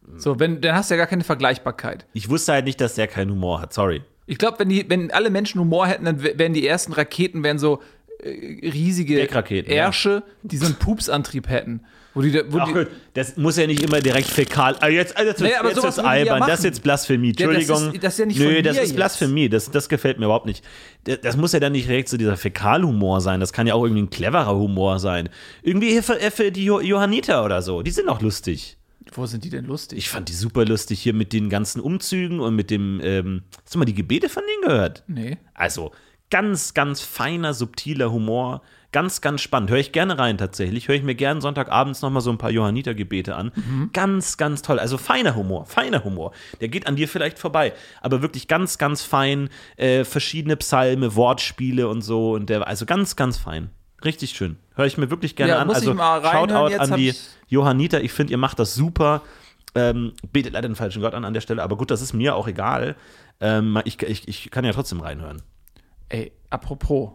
Hm.
So, wenn, dann hast du ja gar keine Vergleichbarkeit.
Ich wusste halt nicht, dass der keinen Humor hat. Sorry.
Ich glaube, wenn, die- wenn alle Menschen Humor hätten, dann wär- wären die ersten Raketen wären so äh, riesige
Deckraketen, ja.
Ärsche, die so einen Pupsantrieb hätten. Wo die, da- wo
Ach
die,
gut, das muss ja nicht immer direkt fäkal. Ah, jetzt, ah, jetzt,
Naja, aber
jetzt ist
sowas würden die ja
albern, das
machen.
ist jetzt Blasphemie.
Ja, das ist-
Entschuldigung.
das ist ja nicht
Nö,
von mir
das ist
jetzt.
Blasphemie, das, das gefällt mir überhaupt nicht. Das, das muss ja dann nicht direkt so dieser Fäkalhumor sein, das kann ja auch irgendwie ein cleverer Humor sein. Irgendwie hier für, für die Jo- Johanniter oder so, die sind auch lustig.
wo sind die denn lustig?
Ich fand die super lustig hier mit den ganzen Umzügen und mit dem, ähm, hast du mal die Gebete von denen gehört?
nee.
Also ganz, ganz feiner, subtiler Humor. Ganz, ganz spannend. Höre ich gerne rein tatsächlich. Höre ich mir gerne Sonntagabends nochmal so ein paar Johannitergebete an.
Mhm.
Ganz, ganz toll. Also feiner Humor, feiner Humor. Der geht an dir vielleicht vorbei. Aber wirklich ganz, ganz fein. Äh, verschiedene Psalme, Wortspiele und so. Und der, also ganz, ganz fein. Richtig schön. Höre ich mir wirklich gerne
Ja,
an.
muss ich
Also
mal reinhören.
Shoutout
Jetzt
an
hab
die
ich-
Johanniter. Ich finde, ihr macht das super. Ähm, betet leider den falschen Gott an an der Stelle. Aber gut, das ist mir auch egal. Ähm, ich, ich, ich kann ja trotzdem reinhören.
Ey, apropos,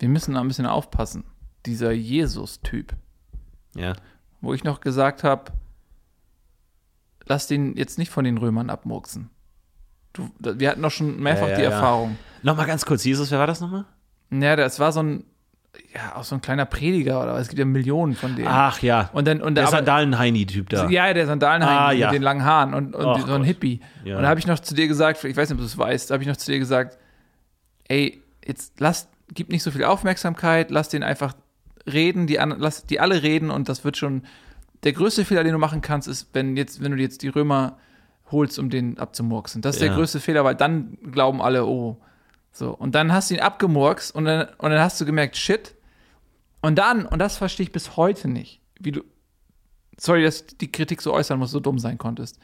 wir müssen da ein bisschen aufpassen. Dieser Jesus-Typ,
Ja.
wo ich noch gesagt habe, lass den jetzt nicht von den Römern abmurksen. Du, da- wir hatten doch schon mehrfach
Ja, ja,
die
ja.
Erfahrung.
Nochmal ganz kurz, Jesus, wer war das nochmal?
Naja, das war so ein, ja, auch so ein kleiner Prediger oder was. es gibt ja Millionen von denen.
Ach ja.
Und dann- und
Ah. der halt
aber-
Sandalen-Heini-Typ da.
Ja, der Sandalenhain
Ah,
mit
ja.
den langen Haaren und, und
Och
so ein
Gott.
Hippie.
Ja.
Und da habe ich noch zu dir gesagt, ich weiß nicht, ob du es weißt, da habe ich noch zu dir gesagt, ey, jetzt lass, gib nicht so viel Aufmerksamkeit, lass den einfach reden, die, an, lass die alle reden und das wird schon, der größte Fehler, den du machen kannst, ist, wenn jetzt, wenn du jetzt die Römer holst, um den abzumurksen. Das ist
Ja.
der größte Fehler, weil dann glauben alle, oh. So, und dann hast du ihn abgemurkst und dann, und dann hast du gemerkt, shit, und dann, und das verstehe ich bis heute nicht, wie du, sorry, dass ich die Kritik so äußern muss, so dumm sein konntest.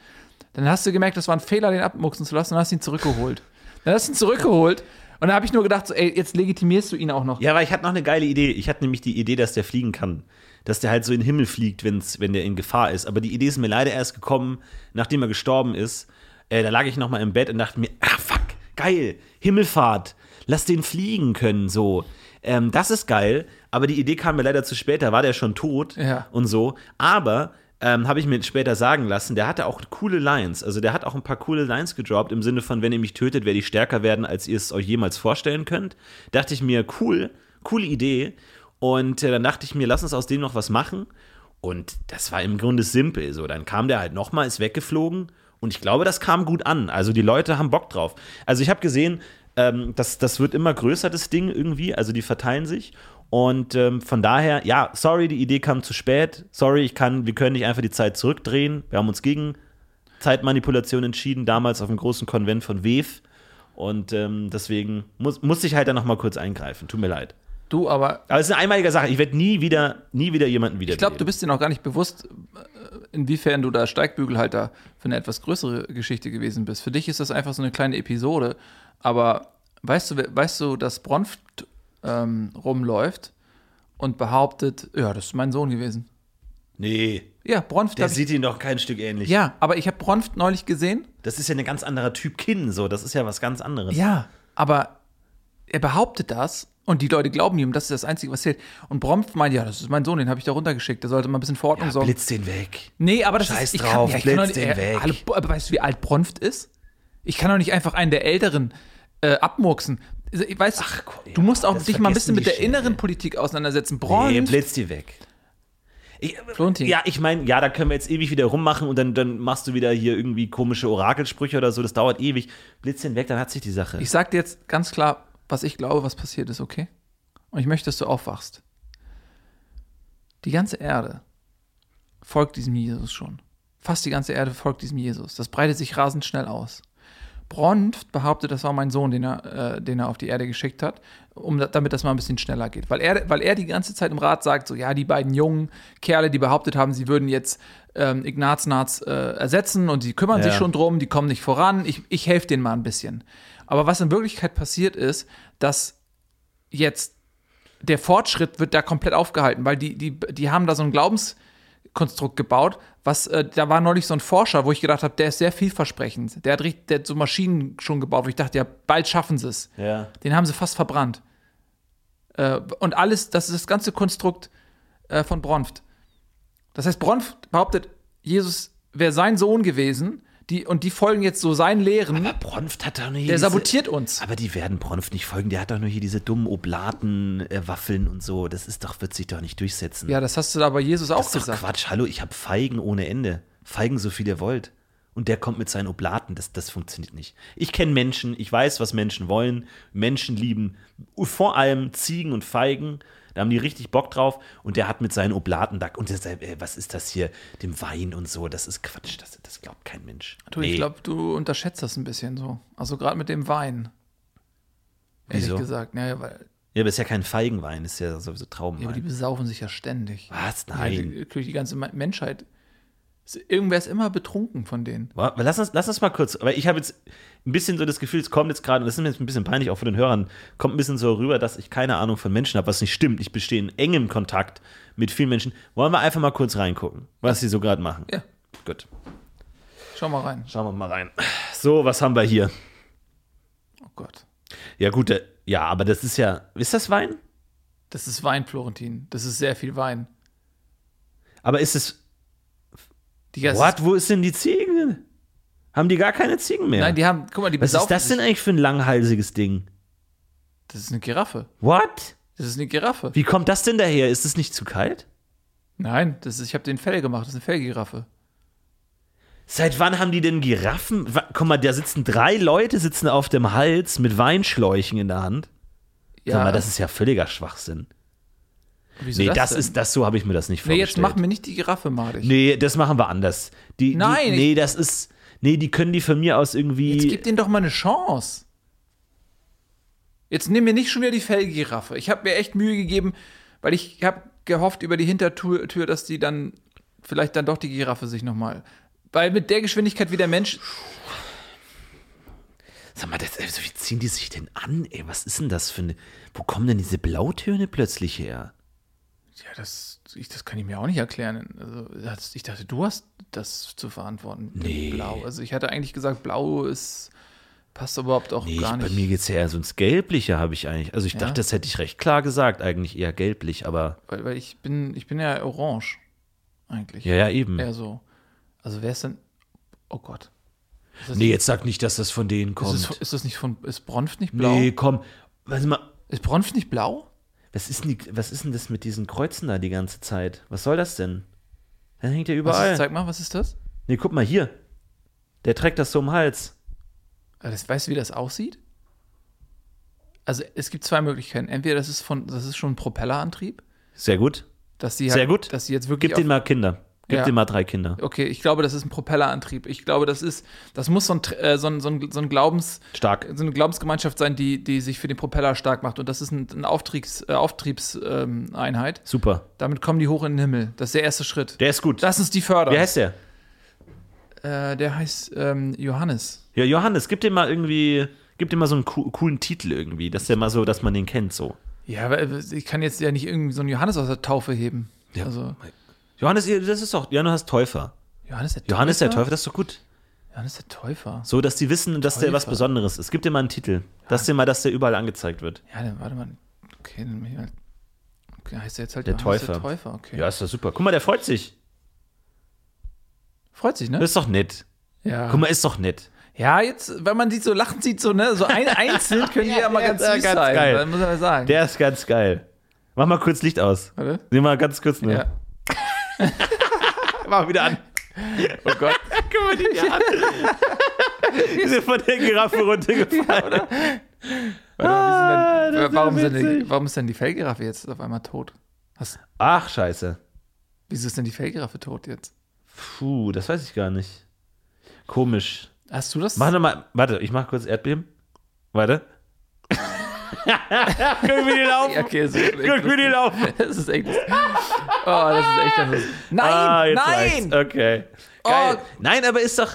Dann hast du gemerkt, das war ein Fehler, den abmuchsen zu lassen, und hast ihn zurückgeholt. Dann hast du ihn zurückgeholt und dann habe ich nur gedacht, so, ey, jetzt legitimierst du ihn auch noch.
Ja, aber ich hatte noch eine geile Idee. Ich hatte nämlich die Idee, dass der fliegen kann. Dass der halt so in den Himmel fliegt, wenn's, wenn der in Gefahr ist. Aber die Idee ist mir leider erst gekommen, nachdem er gestorben ist. Äh, da lag ich nochmal im Bett und dachte mir, ah fuck, geil, Himmelfahrt, lass den fliegen können, so. Ähm, das ist geil, aber die Idee kam mir leider zu spät, da war der schon tot
Ja.
und so. Aber ähm, habe ich mir später sagen lassen, der hatte auch coole Lines. Also der hat auch ein paar coole Lines gedroppt im Sinne von, wenn ihr mich tötet, werde ich stärker werden, als ihr es euch jemals vorstellen könnt. Dachte ich mir, cool, coole Idee. Und äh, dann dachte ich mir, lass uns aus dem noch was machen. Und das war im Grunde simpel. So, dann kam der halt nochmal, ist weggeflogen. Und ich glaube, das kam gut an. Also die Leute haben Bock drauf. Also ich habe gesehen, ähm, das, das wird immer größer, das Ding irgendwie. Also die verteilen sich. Und ähm, von daher, ja, sorry, die Idee kam zu spät. Sorry, ich kann, wir können nicht einfach die Zeit zurückdrehen. Wir haben uns gegen Zeitmanipulation entschieden, damals auf dem großen Konvent von WEF. Und ähm, deswegen muss, muss ich halt da nochmal kurz eingreifen. Tut mir leid.
Du, aber
Aber es ist eine einmalige Sache. Ich werde nie wieder, nie wieder jemanden wieder.
ich glaube, du bist dir noch gar nicht bewusst, äh, inwiefern du da Steigbügelhalter für eine etwas größere Geschichte gewesen bist. Für dich ist das einfach so eine kleine Episode. Aber weißt du, we- weißt du, dass Bronft ähm, rumläuft und behauptet, ja, das ist mein Sohn gewesen.
Nee,
Ja, Bronft.
der
hab ich-
sieht ihn doch kein Stück ähnlich.
Ja, aber ich habe Bronft neulich gesehen.
Das ist ja ein ganz anderer Typ Kinn, so. Das ist ja was ganz anderes.
Ja. Aber er behauptet das und die Leute glauben ihm, das ist das Einzige, was zählt. Und Bronft meint, ja, das ist mein Sohn, den habe ich da runtergeschickt, der sollte mal ein bisschen für Ordnung
Ja,
sorgen.
blitz den weg.
Nee, aber das
Scheiß
ist,
drauf,
ja,
blitz
doch nicht-
den
äh,
weg.
hallo, bo- aber weißt du, wie alt Bronft ist? Ich kann doch nicht einfach einen der Älteren äh, abmurksen. Also, ich Weiß,
Ach, Gott,
du musst
ja,
auch
das
dich mal ein
vergessen
bisschen mit
die
der
schnell.
inneren Politik auseinandersetzen.
Nee,
Bronft,
blitz die weg. Ich,
Florentin.
Ja, ich meine, ja, da können wir jetzt ewig wieder rummachen und dann, dann machst du wieder hier irgendwie komische Orakelsprüche oder so. Das dauert ewig. Blitz hinweg, dann hat sich die Sache.
Ich sag dir jetzt ganz klar, was ich glaube, was passiert ist, okay? Und ich möchte, dass du aufwachst. Die ganze Erde folgt diesem Jesus schon. Fast die ganze Erde folgt diesem Jesus. Das breitet sich rasend schnell aus. Bronft behauptet, das war mein Sohn, den er, äh, den er auf die Erde geschickt hat, um, da- damit das mal ein bisschen schneller geht. Weil er, weil er die ganze Zeit im Rat sagt, so ja, die beiden jungen Kerle, die behauptet haben, sie würden jetzt ähm, Ignaznaz äh, ersetzen und die kümmern
Ja.
sich schon drum, die kommen nicht voran, ich, ich helfe denen mal ein bisschen. Aber was in Wirklichkeit passiert ist, dass jetzt der Fortschritt wird da komplett aufgehalten, weil die, die, die haben da so ein Glaubenskonstrukt gebaut, was, äh, da war neulich so ein Forscher, wo ich gedacht habe, der ist sehr vielversprechend. Der hat, richtig, der hat so Maschinen schon gebaut, wo ich dachte, ja, bald schaffen sie es.
ja.
Den haben sie fast verbrannt. Äh, und alles, das ist das ganze Konstrukt äh, von Bronft. Das heißt, Bronft behauptet, Jesus wäre sein Sohn gewesen, die, und die folgen jetzt so seinen Lehren.
Aber Bronft hat doch nicht.
Der sabotiert uns.
Aber die werden Bronft nicht folgen. Der hat doch nur hier diese dummen Oblaten, äh, Waffeln und so. Das ist doch, wird sich doch nicht durchsetzen.
Ja, das hast du da bei Jesus auch
das ist doch
gesagt.
Quatsch. Hallo, ich habe Feigen ohne Ende. Feigen so viel ihr wollt. Und der kommt mit seinen Oblaten. Das, das funktioniert nicht. Ich kenne Menschen. Ich weiß, was Menschen wollen. Menschen lieben vor allem Ziegen und Feigen. Da haben die richtig Bock drauf. Und der hat mit seinen Oblaten da. Und deshalb, äh, was ist das hier? Dem Wein und so. Das ist Quatsch. Das, das glaubt kein Mensch.
Du, ich glaube, du unterschätzt das ein bisschen so. Also gerade mit dem Wein. Ehrlich
Wieso?
gesagt. Naja, weil
Ja, aber ist ja kein Feigenwein. Ist ja sowieso
ja, aber die
Traubenwein.
besaufen sich ja ständig.
was?
Ja,
Nein.
die, äh, die ganze Me- Menschheit. Ist- Irgendwer ist immer betrunken von denen.
Wa- Lass uns, lass uns mal kurz, weil ich habe jetzt ein bisschen so das Gefühl, es kommt jetzt gerade, und das ist mir jetzt ein bisschen peinlich, auch von den Hörern, kommt ein bisschen so rüber, dass ich keine Ahnung von Menschen habe, was nicht stimmt. Ich bestehe in engem Kontakt mit vielen Menschen. Wollen wir einfach mal kurz reingucken, was sie so gerade machen?
Ja,
Gut,
schau mal rein.
schauen wir mal rein. So, was haben wir hier?
Oh Gott.
Ja, gut, äh, ja, aber das ist ja, ist das Wein?
Das ist Wein, Florentin. Das ist sehr viel Wein.
Aber ist es,
Die ganze-
what, wo ist denn die Ziegen? Haben die gar keine Ziegen mehr?
Nein, die haben, guck mal, die
was ist
besaufen
das denn
Sich.
eigentlich für ein langhalsiges Ding?
Das ist eine Giraffe.
What?
Das ist eine Giraffe.
Wie kommt das denn daher? Ist es nicht zu kalt?
Nein, das ist, ich habe den Fell gemacht. Das ist eine Fellgiraffe.
Seit wann haben die denn Giraffen? Wa- Guck mal, da sitzen drei Leute sitzen auf dem Hals mit Weinschläuchen in der Hand. Ja. Sag mal, das ist ja völliger Schwachsinn.
wieso
Nee, das,
denn?
ist das so habe ich mir das nicht
Nee,
vorgestellt.
jetzt machen wir nicht die Giraffe madig.
nee, das machen wir anders. Die,
Nein,
die,
ich-
nee, das ist nee, die können die von mir aus
Jetzt
irgendwie
gib denen doch mal eine Chance. Jetzt nimm mir nicht schon wieder die Fellgiraffe. Ich habe mir echt Mühe gegeben, weil ich habe gehofft über die Hintertür, Tür, dass die dann vielleicht dann doch die Giraffe sich noch mal, weil mit der Geschwindigkeit wie der Mensch,
Sag mal, das, also, wie ziehen die sich denn an? Ey, was ist denn das für eine Wo kommen denn diese Blautöne plötzlich her?
ja das, ich, das kann ich mir auch nicht erklären. Also, das, ich dachte, du hast das zu verantworten. mit dem
Nee.
Blau. Also ich hatte eigentlich gesagt, Blau ist passt überhaupt auch
Nee, ich,
gar
bei
nicht.
mir geht's ja eher so ins Gelbliche, habe ich eigentlich. Also ich dachte, das hätte ich recht klar gesagt, eigentlich eher gelblich, aber
weil, weil ich bin, ich bin ja orange eigentlich.
ja, ja, eben.
Eher so. Also wer ist denn? Oh Gott. Ist das,
Nee,
nicht,
jetzt sag nicht, dass das von denen kommt.
ist, es, ist das nicht von? Ist Bronf nicht blau?
nee, komm. Warte mal,
Ist Bronf nicht blau?
was ist, denn die, was ist denn das mit diesen Kreuzen da die ganze Zeit? Was soll das denn? Da hängt ja
Was
überall.
ist, zeig mal, was ist das?
nee, guck mal hier. Der trägt das so im Hals.
Ah, Das, weißt du, wie das aussieht? Also es gibt zwei Möglichkeiten. Entweder das ist von, das ist schon ein Propellerantrieb,
Sehr gut.
dass sie halt,
Sehr gut.
dass sie jetzt wirklich.
Gib denen mal Kinder. Gib
Ja.
denen mal drei Kinder.
auf, okay, ich glaube, das ist ein Propellerantrieb. Ich glaube, das ist, das muss so ein, Tr- äh, so ein, so ein, so ein Glaubens,
Stark.
so eine Glaubensgemeinschaft sein, die, die sich für den Propeller stark macht. Und das ist ein, ein Auftriebs, ähm, äh, Auftriebseinheit.
Super.
Damit kommen die hoch in den Himmel. Das ist der erste Schritt.
Der ist gut.
Lass uns die fördern.
Wie heißt der?
äh, der heißt ähm, Johannes.
Ja, Johannes, gib dem mal irgendwie, gib dem mal so einen coo- coolen Titel irgendwie, dass der mal so, dass man den kennt so.
Ja, aber äh, ich kann jetzt ja nicht irgendwie so einen Johannes aus der Taufe heben.
Ja.
Also,
Johannes, ihr- das ist doch, Johannes Täufer.
Johannes der Täufer.
Johannes der Täufer, das ist doch gut.
Johannes der Täufer.
So, dass die wissen, dass der was
Täufer.
Besonderes ist. Gib dir mal einen Titel. Dass dir mal, dass der überall angezeigt wird.
Ja, dann warte mal. Okay, dann mach ich mal. Okay, heißt er jetzt halt
Der
Johannes
Täufer.
der Täufer. Okay.
Ja, ist doch super. Guck mal, der freut sich.
Freut sich,
Das
ne?
ist doch nett.
Ja.
Guck mal, ist doch nett.
ja, jetzt, wenn man die so lachen sieht, so, ne? So ein, einzeln können die ja mal
Ja,
ganz
ja,
süß
ganz
sein.
geil.
Dann muss man sagen.
Der ist ganz geil. Mach mal kurz Licht aus.
Warte.
Nimm mal ganz kurz nur.
Ja.
Mach wieder an.
Oh Gott.
Guck mal, die an. Die sind von der Giraffe runtergefallen.
Ah, Warum, sind
das ist
denn, warum,
ja
sind
witzig.
denn, warum ist denn die Fellgiraffe jetzt auf einmal tot? Was,
Ach, scheiße.
wieso ist denn die Fellgiraffe tot jetzt?
Puh, das weiß ich gar nicht. Komisch.
Hast du das?
Mach nochmal, warte, ich mach kurz Erdbeben. Warte. Guck, wie die laufen.
Ja, okay, das ist echt
Guck, wie die
lustig.
laufen.
Das ist echt lustig. Oh, das ist echt lustig. Nein,
ah, jetzt
nein!
reicht's. Okay. Geil.
Oh.
Nein, aber ist doch.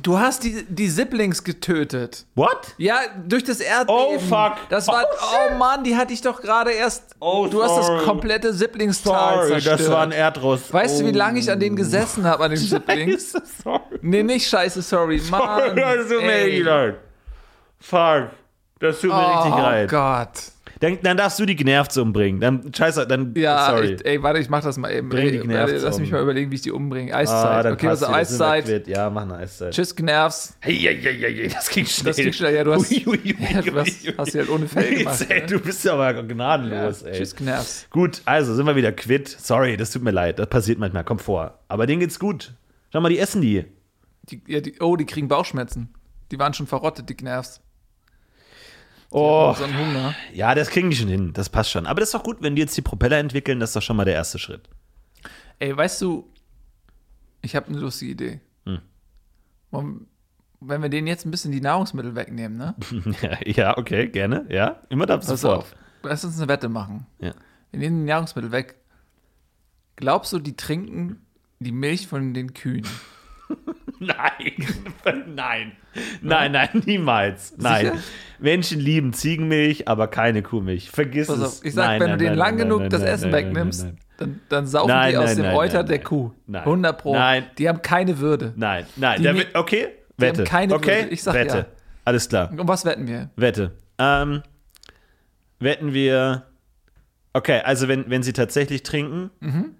Du hast die, die Siblings getötet.
What?
Ja, durch das Erdbeben.
Oh, fuck.
Das war,
Oh,
oh, Mann, die hatte ich doch gerade erst.
Oh,
du hast das
sorry.
komplette Siblingstal
Sorry,
zerstört.
das war ein Oh. Erdruss.
Weißt du, wie lange ich an denen gesessen habe, an den Siblings?
Scheiße, sorry.
Nee, nicht scheiße, sorry. Mann.
das tut mir
ey.
echt leid. Fuck. Das tut mir richtig
Oh
leid.
Gott.
Dann, dann darfst du die genervt umbringen. Dann, scheiße, dann,
Ja,
sorry.
ich, ey, warte, ich mach das mal eben.
Bring die
Ey,
Nervs
warte, lass mich
um.
mal überlegen, wie ich die umbringe.
ah,
Eiszeit.
dann
okay,
passt
also
sie, das sind wir
Eiszeit.
quitt. Ja, mach eine Eiszeit.
Tschüss, genervt.
Eieieiei, das ging schnell.
Das ging schnell. Ja, du hast,
Ui, ui, ui,
ja, du hast,
ui, ui.
hast sie halt ohne Fell gemacht.
Ey,
ne?
du bist aber
Ja,
gnadenlos, ey.
Tschüss, genervt.
Gut, also sind wir wieder quitt. Sorry, das tut mir leid. Das passiert manchmal. Kommt vor. Aber denen geht's gut. Schau mal, die essen die.
Die, ja, die, oh, die kriegen Bauchschmerzen. Die waren schon verrottet, die Gnerfs.
Oh,
So einen Hunger.
ja, das kriegen die schon hin. Das passt schon. Aber das ist doch gut, wenn die jetzt die Propeller entwickeln. Das ist doch schon mal der erste Schritt.
Ey, weißt du, ich habe eine lustige Idee.
Hm.
Wollen- Wenn wir denen jetzt ein bisschen die Nahrungsmittel wegnehmen, ne?
ja, okay, gerne. Ja, immer da
Pass
sofort.
auf. Lass uns eine Wette machen.
Ja.
Wir nehmen die Nahrungsmittel weg. Glaubst du, die trinken die Milch von den Kühen?
Nein, nein, nein, nein, niemals. Nein. Menschen lieben Ziegenmilch, aber keine Kuhmilch. Vergiss
Pass
es.
auf, ich sag,
nein,
wenn
nein,
du denen
nein,
lang
nein,
genug
nein,
das
nein,
Essen
nein,
wegnimmst,
Nein,
Dann, dann saufen
Nein,
die aus
nein,
dem
nein,
Euter
nein,
der
nein.
Kuh.
Nein.
100 Pro.
Nein.
Die haben keine Würde.
nein, nein.
Die
nein.
mi-
Damit, okay,
die haben
Wette.
keine
okay,
Würde. Ich sag
Wette.
ja.
Alles klar.
Um was wetten wir?
Wette. Ähm, wetten wir. Okay, also wenn, wenn sie tatsächlich trinken,
Mhm.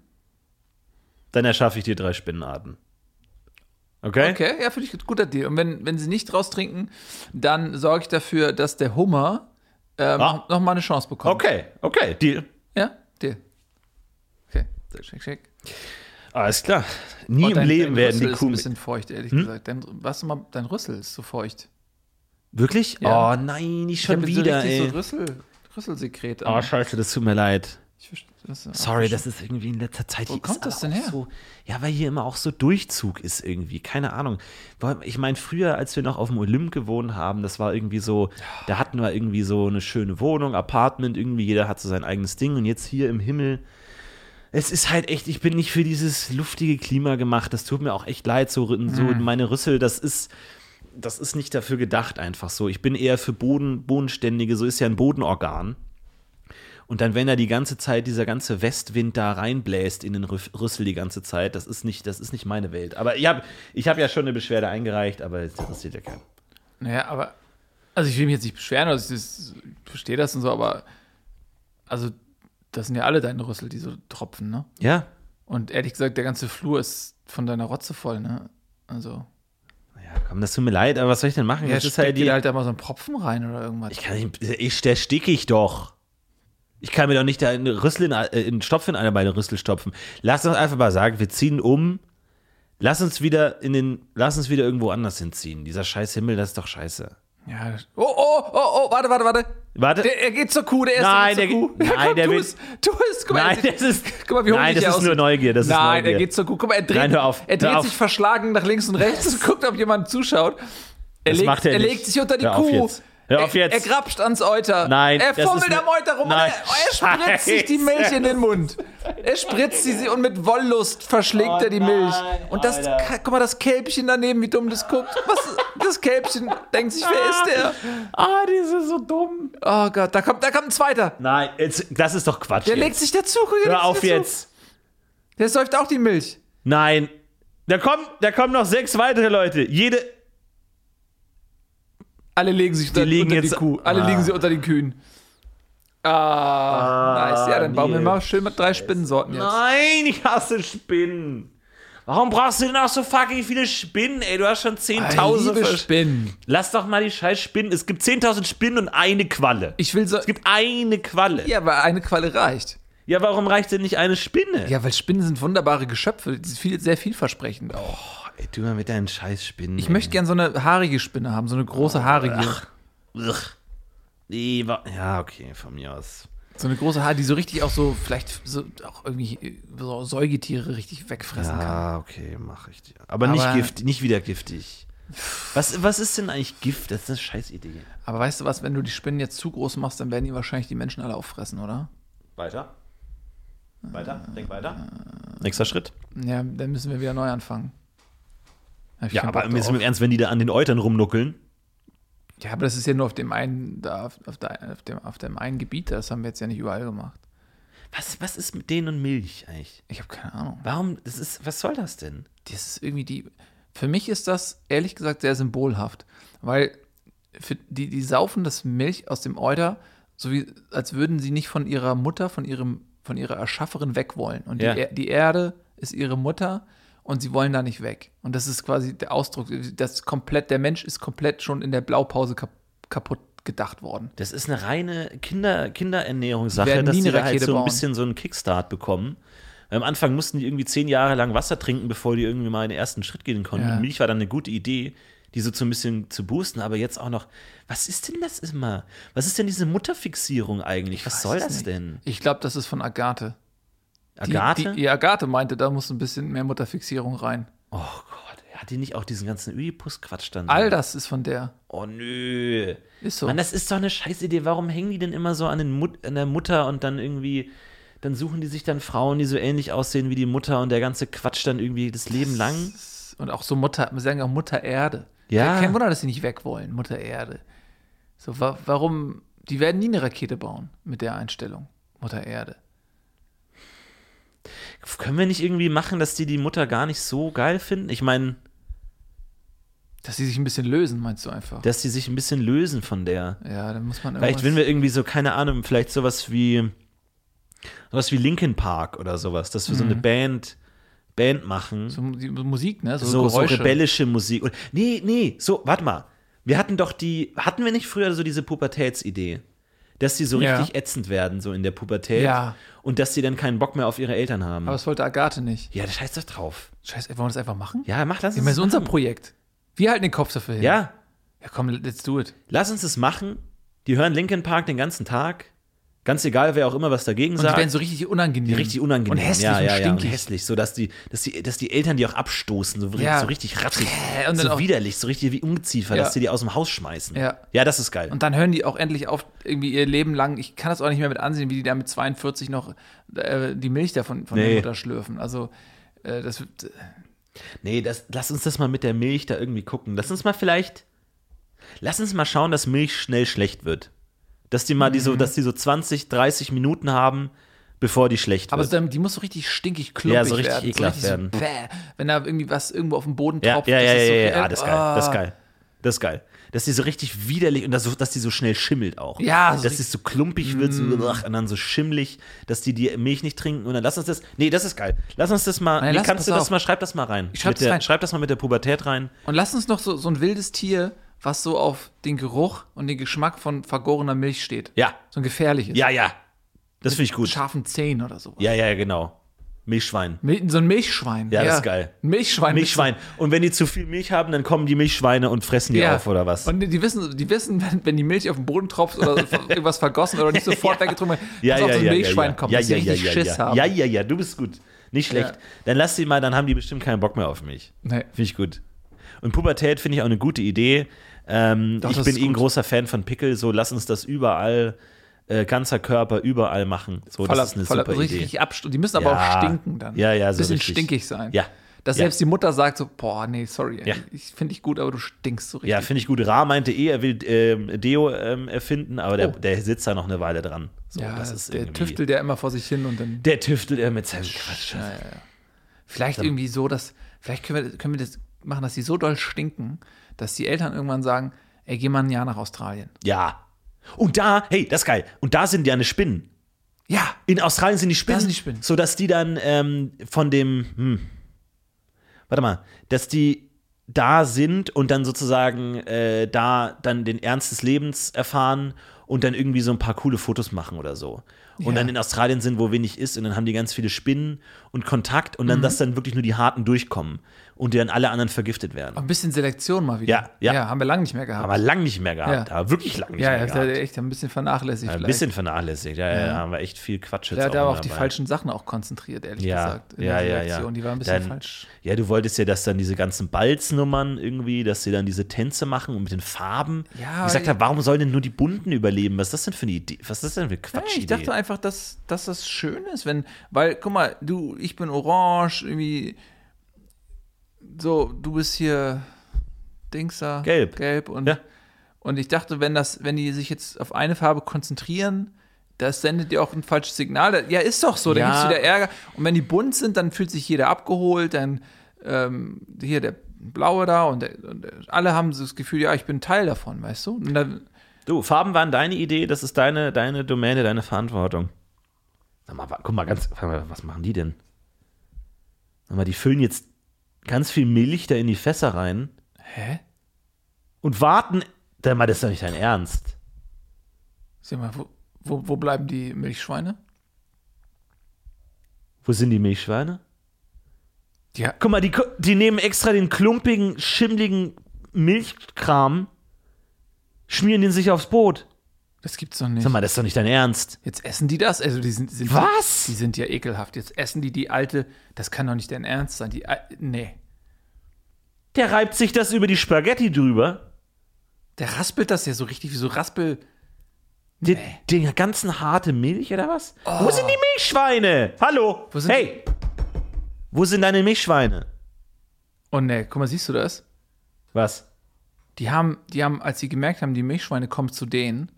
dann erschaffe ich dir drei Spinnenarten. Okay?
Okay, ja, finde ich gut, guter Deal. Und wenn, wenn sie nicht draus trinken, dann sorge ich dafür, dass der Hummer ähm,
Ah.
noch mal eine Chance bekommt.
Okay, okay, Deal.
Ja, Deal. Okay, schick, schick.
Alles klar. Nie im
Oh, dein-
Leben
dein
werden die Hm?
Rüssel ist ein
Kuh.
bisschen feucht, ehrlich gesagt. Dein, was mal, dein Rüssel ist so feucht.
Wirklich?
Ja.
Oh nein, nicht
Ich hab
schon
jetzt
wieder,
so richtig
ey.
so Rüssel, Rüsselsekret.
oh,
an.
scheiße, das tut mir leid.
ich verstehe das. ja.
Sorry, das ist irgendwie in letzter Zeit.
Wo
hier ist
kommt das
aber
denn
auch
her?
So, ja, weil hier immer auch so Durchzug ist irgendwie. Keine Ahnung. Weil, Ich meine, früher, als wir noch auf dem Olymp gewohnt haben, das war irgendwie so, da hatten wir irgendwie so eine schöne Wohnung, Apartment, irgendwie jeder hat so sein eigenes Ding. Und jetzt hier im Himmel, es ist halt echt, ich bin nicht für dieses luftige Klima gemacht. Das tut mir auch echt leid, so, so
Hm.
meine Rüssel, das ist. Das ist nicht dafür gedacht, einfach so. Ich bin eher für Boden, Bodenständige, so ist ja ein Bodenorgan. Und dann, wenn da die ganze Zeit dieser ganze Westwind da reinbläst in den Rüff- Rüssel die ganze Zeit, das ist nicht, das ist nicht meine Welt. Aber ich habe ich hab ja schon eine Beschwerde eingereicht, aber das interessiert ja keinen.
Naja, aber. Also, ich will mich jetzt nicht beschweren, also ich, das- ich verstehe das und so, aber. Also, das sind ja alle deine Rüssel, die so tropfen, ne?
Ja?
Und ehrlich gesagt, der ganze Flur ist von deiner Rotze voll, ne? Also.
Ja, komm, das tut mir leid, aber was soll ich denn machen?
Ja,
das
steckt
ist
halt
halt die,
halt da mal so einen Propfen rein oder irgendwas.
ich kann nicht, ich, der sticke ich doch. Ich kann mir doch nicht da einen Rüssel in, äh, einen Stopf in einer meiner Rüssel stopfen. Lass uns einfach mal sagen, wir ziehen um. Lass uns wieder in den, lass uns wieder irgendwo anders hinziehen. Dieser scheiß Himmel, das ist doch scheiße.
Ja, das- oh, oh, oh, oh, warte, warte, warte.
Warte.
Der, er geht zur Kuh, der erste
Nein,
geht
der
zur
geht-
Kuh. Ja,
nein, der
tu
will-
es, tu es. Guck
Nein,
er-
das ist-
guck mal, wie
nein,
hungrig
das
er
ist
aussieht.
nur Neugier, das ist
nein,
Neugier.
er geht zur Kuh. Guck mal, er dreht,
Nein, hör auf,
er dreht
hör
sich
auf.
verschlagen nach links und rechts und guckt, ob jemand zuschaut. Er,
Das
legt,
macht er nicht.
legt sich unter die
Hör auf
Kuh.
jetzt. Hör auf
er,
jetzt.
er grapscht ans Euter.
Nein,
Er
das
fummelt
ist
am
nur-
Euter rum
Nein,
und er, er spritzt sich die
Scheiße.
Milch in den Mund. Er spritzt sie und mit Wollust verschlägt
Oh
er die Milch.
nein,
Und das,
Alter.
guck mal, das Kälbchen daneben, wie dumm das guckt. Was, das Kälbchen denkt sich, wer ist der?
Ah, die sind so dumm.
Oh Gott, da kommt, da kommt ein zweiter.
Nein, jetzt, das ist doch Quatsch.
Der
jetzt.
legt sich dazu. guck, Der legt
Hör auf
sich dazu.
jetzt.
Der säuft auch die Milch.
Nein. Da kommen, da kommen noch sechs weitere Leute. Jede.
Alle legen sich unter,
liegen
unter die
jetzt-
Kuh. Alle liegen sie unter den Kühen. Ah, nice. Ja, dann bauen wir
Nils.
mal schön mit drei Spinnensorten jetzt.
Nein, ich hasse Spinnen. Warum brauchst du denn auch so fucking viele Spinnen, ey? Du hast schon
Tausende
10.000 Versch-
Spinnen.
Lass doch mal die scheiß Spinnen. Es gibt 10.000 Spinnen und eine Qualle.
Ich will so.
es gibt eine Qualle.
Ja, aber eine Qualle reicht.
Ja, warum reicht denn nicht eine Spinne?
Ja, weil Spinnen sind wunderbare Geschöpfe, die sind viel, sehr vielversprechend auch.
Boah, ey, du mal mit deinen Scheißspinnen.
Ich möchte gerne so eine haarige Spinne haben, so eine
Oh,
große haarige.
Ugh. Nee, wa- Ja, okay, von mir aus.
So eine große Haar, die so richtig auch so, vielleicht so, auch irgendwie äh, so Säugetiere richtig wegfressen kann.
Ja, Ah, okay, mache ich dir. Aber, nicht
Aber-
gift, nicht wieder giftig. Was, was ist denn eigentlich Gift? Das ist eine Scheißidee.
Aber weißt du was, wenn du die Spinnen jetzt zu groß machst, dann werden die wahrscheinlich die Menschen alle auffressen, oder?
Weiter. Weiter, denk weiter. Nächster Schritt.
Ja, dann müssen wir wieder neu anfangen. Hab ich
Ja,
keinen
aber
Bock
im
drauf.
im Ernst, wenn die da an den Eutern rumnuckeln.
ja, aber das ist ja nur auf dem einen, da, auf, auf, der, auf, dem, auf dem einen Gebiet, das haben wir jetzt ja nicht überall gemacht.
Was, was ist mit denen und Milch eigentlich?
Ich habe keine Ahnung.
Warum, das ist, was soll das denn?
das ist irgendwie die. Für mich ist das ehrlich gesagt sehr symbolhaft, weil für die, die saufen das Milch aus dem Euter, so wie als würden sie nicht von ihrer Mutter, von ihrem, von ihrer Erschafferin weg wollen. Und
Ja.
die, Er- die Erde ist ihre Mutter und sie wollen da nicht weg. Und das ist quasi der Ausdruck, das komplett, der Mensch ist komplett schon in der Blaupause kap kaputt gedacht worden.
Das ist eine reine Kinder, Kinderernährungssache,
Werden
dass
nie
die
eine
da halt
Rakete
so ein
bauen.
bisschen so einen Kickstart bekommen. Am Anfang mussten die irgendwie zehn Jahre lang Wasser trinken, bevor die irgendwie mal in den ersten Schritt gehen konnten.
Ja.
Und Milch war dann eine gute Idee, die so zu ein bisschen zu boosten, aber jetzt auch noch, was ist denn das immer? Was ist denn diese Mutterfixierung eigentlich? Was soll
Weiß
das
nicht.
denn?
Ich glaube, das ist von Agathe. Die-
Agathe?
Die, die Agathe meinte, da muss ein bisschen mehr Mutterfixierung rein.
oh Gott, hat die nicht auch diesen ganzen Oedipus-Quatsch dann?
All das ist von der.
Oh nö.
Ist so.
Hm. Mann, das ist doch eine Scheißidee. Warum hängen die denn immer so an, den Mut an der Mutter und dann irgendwie, dann suchen die sich dann Frauen, die so ähnlich aussehen wie die Mutter und der ganze Quatsch dann irgendwie das Leben lang?
Und auch so Mutter, wir sagen auch Mutter Erde.
Ja.
Kein Wunder, dass sie nicht weg wollen, Mutter Erde. So, wa warum? Die werden nie eine Rakete bauen mit der Einstellung, Mutter Erde.
Können wir nicht irgendwie machen, dass die die Mutter gar nicht so geil finden? Ich meine,
Dass sie sich ein bisschen lösen, meinst du einfach?
dass die sich ein bisschen lösen von der.
ja, dann muss man
Vielleicht, wenn wir irgendwie so, keine Ahnung, vielleicht sowas wie sowas wie Linkin Park oder sowas, dass wir so eine Band, Band machen.
Mhm. so, die Musik, ne? So,
so, so
Geräusche.
rebellische Musik. Und, nee, nee, so, warte mal. Wir hatten doch die, hatten wir nicht früher so diese Pubertätsidee? Dass sie so
Ja.
richtig ätzend werden, so in der Pubertät.
Ja.
Und dass sie dann keinen Bock mehr auf ihre Eltern haben.
Aber das wollte Agathe nicht.
ja, da scheiß doch drauf.
Scheiße, wollen wir das einfach machen?
Ja, mach, lass
Ich
uns
meine, das ist unser
machen.
Projekt. Wir halten den Kopf dafür hin.
Ja,
Ja, komm, let's do it.
lass uns das machen. Die hören Linkin Park den ganzen Tag. Ganz egal, wer auch immer was dagegen
Und
sagt.
die werden so richtig unangenehm.
richtig unangenehm.
Ähm, Und hässlich
ja, ja,
und
ja, und
stinkig.
hässlich. So, dass die, dass die, dass die Eltern die auch abstoßen, so,
Ja.
so richtig rattig,
Und dann
so
auch-
widerlich, so richtig wie Ungeziefer,
Ja.
dass die die aus dem Haus schmeißen.
Ja.
ja das ist geil.
Und dann hören die auch endlich auf, irgendwie ihr Leben lang, ich kann das auch nicht mehr mit ansehen, wie die da mit 42 noch äh, die Milch davon von
Nee.
der Mutter schlürfen. Also äh, das wird-
Nee, das, lass uns das mal mit der Milch da irgendwie gucken. Lass uns mal vielleicht. Lass uns mal schauen, dass Milch schnell schlecht wird. Dass die mal die
Mhm.
so, dass die so 20, 30 Minuten haben, bevor die schlecht
aber
wird.
dann, die muss so richtig stinkig klumpig
Ja, so richtig
werden.
ekelhaft
so richtig so bäh, wenn da irgendwie was irgendwo auf dem Boden
ja,
tropft.
ja, ja,
ist
ja,
so
ja,
richtig-
ja, das ist geil. Das ist
Ah.
geil. Das ist geil. Dass die so richtig widerlich und dass, so- dass die so schnell schimmelt auch.
Ja, so Mm.
dass die so klumpig wird so, ach, und dann so schimmelig, dass die die Milch nicht trinken und dann lass uns das. Nee, das ist geil. Lass uns das mal.
Nein,
nee,
lass-
kannst du
pass
das
auf.
mal, schreib das mal rein.
Ich schreib
Mit
das
der,
rein.
Schreib das mal mit der Pubertät rein.
Und lass uns noch so, so ein wildes Tier, was so auf den Geruch und den Geschmack von vergorener Milch steht.
Ja.
So ein gefährliches.
Ja, ja. Das finde ich gut.
Mit Scharfen Zähnen oder so.
Ja, ja, genau. Milchschwein.
Mil- So ein Milchschwein.
Ja, das ist geil.
Ein Milchschwein. mit so-
Milchschwein. Und wenn die zu viel Milch haben, dann kommen die Milchschweine und fressen die
Ja.
auf oder was?
Und die, die wissen, die wissen wenn, wenn die Milch auf den Boden tropft oder irgendwas vergossen oder nicht sofort weggetrunken wird, dass auch so ein Milchschwein
ja.
kommt,
ja,
dass sie
ja, ja,
richtig
ja,
Schiss
ja.
haben.
Ja, ja, ja, du bist gut. Nicht schlecht.
Ja.
Dann lass sie mal, dann haben die bestimmt keinen Bock mehr auf mich.
Nee.
Finde ich gut. Und Pubertät finde ich auch eine gute Idee. Ähm,
Doch,
ich
das
bin
ist
eh ein
gut.
großer Fan von Pickel, so lass uns das überall, äh, ganzer Körper, überall machen. So,
voller,
Oh, das ist eine
voller,
super
richtig,
Idee.
richtig abst- Die müssen aber
Ja.
auch stinken dann.
Ja, ja, so
Bisschen
richtig.
stinkig sein.
Ja.
Dass
Ja.
selbst die Mutter sagt so, boah, nee, sorry,
Ja.
ich finde dich gut, aber du stinkst so richtig.
Ja, finde ich gut. Ra meinte eh, er will ähm, Deo ähm, erfinden, aber der,
Oh.
der sitzt da noch eine Weile dran. So,
Ja,
oh, das ist
der
irgendwie-
tüftelt ja immer vor sich hin und dann
Der tüftelt er mit seinem Quatsch.
vielleicht irgendwie so, dass, vielleicht können wir, können wir das machen, dass sie so doll stinken, dass die Eltern irgendwann sagen, ey, geh mal ein Jahr nach Australien.
Ja. Und da, hey, das ist geil. Und da sind ja eine Spinnen.
Ja,
In Australien sind die Spinnen,
sind die Spinnen.
sodass die dann ähm, von dem, hm, warte mal, dass die da sind und dann sozusagen äh, da dann den Ernst des Lebens erfahren und dann irgendwie so ein paar coole Fotos machen oder so. Und
Ja.
dann in Australien sind, wo wenig ist und dann haben die ganz viele Spinnen und Kontakt und
Mhm.
dann, dass dann wirklich nur die Harten durchkommen und die dann alle anderen vergiftet werden.
Ein bisschen Selektion mal wieder.
Ja, ja.
haben wir lange nicht mehr gehabt.
Haben wir lang nicht mehr gehabt,
Ja.
aber wirklich lang nicht
ja,
mehr
ja,
gehabt.
echt ein bisschen vernachlässigt.
Ein
vielleicht.
bisschen vernachlässigt, ja, ja, da haben wir echt viel Quatsch jetzt
Der hat aber auf die
dabei.
falschen Sachen auch konzentriert, ehrlich
ja,
gesagt. in
ja, ja,
der
ja.
Selektion. Die war ein bisschen
dann,
falsch.
Ja, du wolltest ja, dass dann diese ganzen Balznummern irgendwie, dass sie dann diese Tänze machen und mit den Farben.
Ja,
ich gesagt
aber-
habe, warum sollen denn nur die Bunten überleben? Was ist das denn für eine Idee? Was ist das denn für eine
Ja,
Quatschidee?
ich dachte einfach, dass, dass das schön ist, wenn, weil, guck mal, du, ich bin orange, irgendwie, so, du bist hier Dingser.
Gelb.
Gelb und,
Ja.
und ich dachte, wenn das, wenn die sich jetzt auf eine Farbe konzentrieren, das sendet dir auch ein falsches Signal. Ja, ist doch so, dann
Ja.
gibt's wieder Ärger. Und wenn die bunt sind, dann fühlt sich jeder abgeholt, dann ähm, hier der Blaue da und, der, und der, alle haben so das Gefühl, ja, ich bin Teil davon, weißt du? Und dann,
du, Farben waren deine Idee, das ist deine, deine Domäne, deine Verantwortung. Sag mal, wa- guck mal, ganz, sag mal, was machen die denn? Sag mal, die füllen jetzt ganz viel Milch da in die Fässer rein
hä?
und warten. Sag mal, das ist doch nicht dein Ernst.
Sag mal, wo, wo, wo bleiben die Milchschweine?
Wo sind die Milchschweine?
Ja.
Guck mal, die, ko- die nehmen extra den klumpigen, schimmligen Milchkram, schmieren den sich aufs Brot.
Das gibt's doch nicht.
Sag mal, das ist doch nicht dein Ernst.
jetzt essen die das? Also die sind, sind
Was?
Die, sind ja ekelhaft. Jetzt essen die die alte. Das kann doch nicht dein Ernst sein. Die al- nee.
Der reibt sich das über die Spaghetti drüber.
Der raspelt das ja so richtig wie so Raspel.
Den, den ganzen harte Milch oder was? Wo sind die Milchschweine? Hallo?
Oh. Wo sind
hey! Wo sind deine Milchschweine?
Oh nee, guck mal, siehst du das?
Was?
Die haben, die haben, als sie gemerkt haben, die Milchschweine kommen zu denen,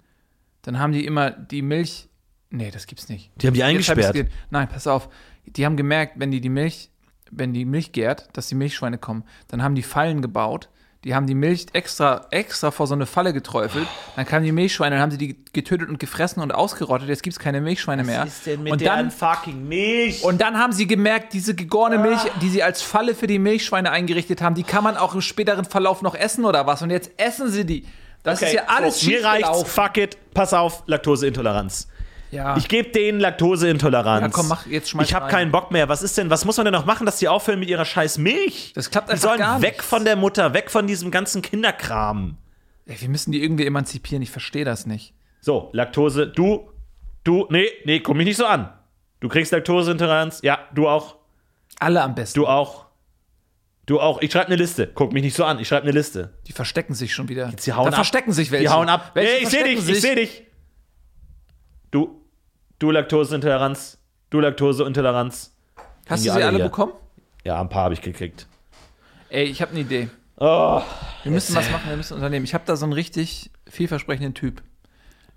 dann haben die immer die Milch. Nee, das gibt's nicht.
Die haben die
Jetzt hab ich's
eingesperrt.
ge- Nein, pass auf. Die haben gemerkt, wenn die die Milch, wenn die Milch gärt, dass die Milchschweine kommen. Dann haben die Fallen gebaut. Die haben die Milch extra, extra vor so eine Falle geträufelt. Dann kamen die Milchschweine, dann haben sie die getötet und gefressen und ausgerottet. Jetzt gibt es keine Milchschweine mehr. und, dann,
fucking Milch?
und dann haben sie gemerkt, diese gegorene
Ah.
Milch, die sie als Falle für die Milchschweine eingerichtet haben, die kann man auch im späteren Verlauf noch essen oder was. Und jetzt essen sie die. Das ist ja alles
so, Mir reicht's.
schiefgelaufen.
Fuck it. Pass auf, Laktoseintoleranz.
Ja.
Ich gebe denen Laktoseintoleranz.
Ah. Ja, komm, mach- jetzt schmeiß
Ich habe
rein.
keinen Bock mehr. Was ist denn, was muss man denn noch machen, dass die aufhören mit ihrer scheiß Milch?
Das klappt
Die
einfach
sollen
gar
weg
nichts.
von der Mutter, weg von diesem ganzen Kinderkram.
Ey, wir müssen die irgendwie emanzipieren. Ich verstehe das nicht.
So, Laktose, du, du, nee, nee, komm mich nicht so an. Du kriegst Laktoseintoleranz. Ja, du auch,
Alle am besten.
du auch. Du auch. Ich schreibe eine Liste. Guck mich nicht so an. Ich schreibe eine Liste.
Die verstecken sich schon wieder.
Sie hauen
da
ab.
verstecken sich welche.
Die hauen ab.
Welche
nee, ich sehe
verstecken
dich, ich
sich?
sehe dich. Du, du Laktoseintoleranz, du Laktoseintoleranz.
Hast
Die
du sie
alle
alle
hier.
bekommen?
Ja, ein paar habe ich gekriegt.
Ey, ich habe eine Idee.
Oh,
Wir müssen was machen, wir müssen unternehmen. Ich habe da so einen richtig vielversprechenden Typ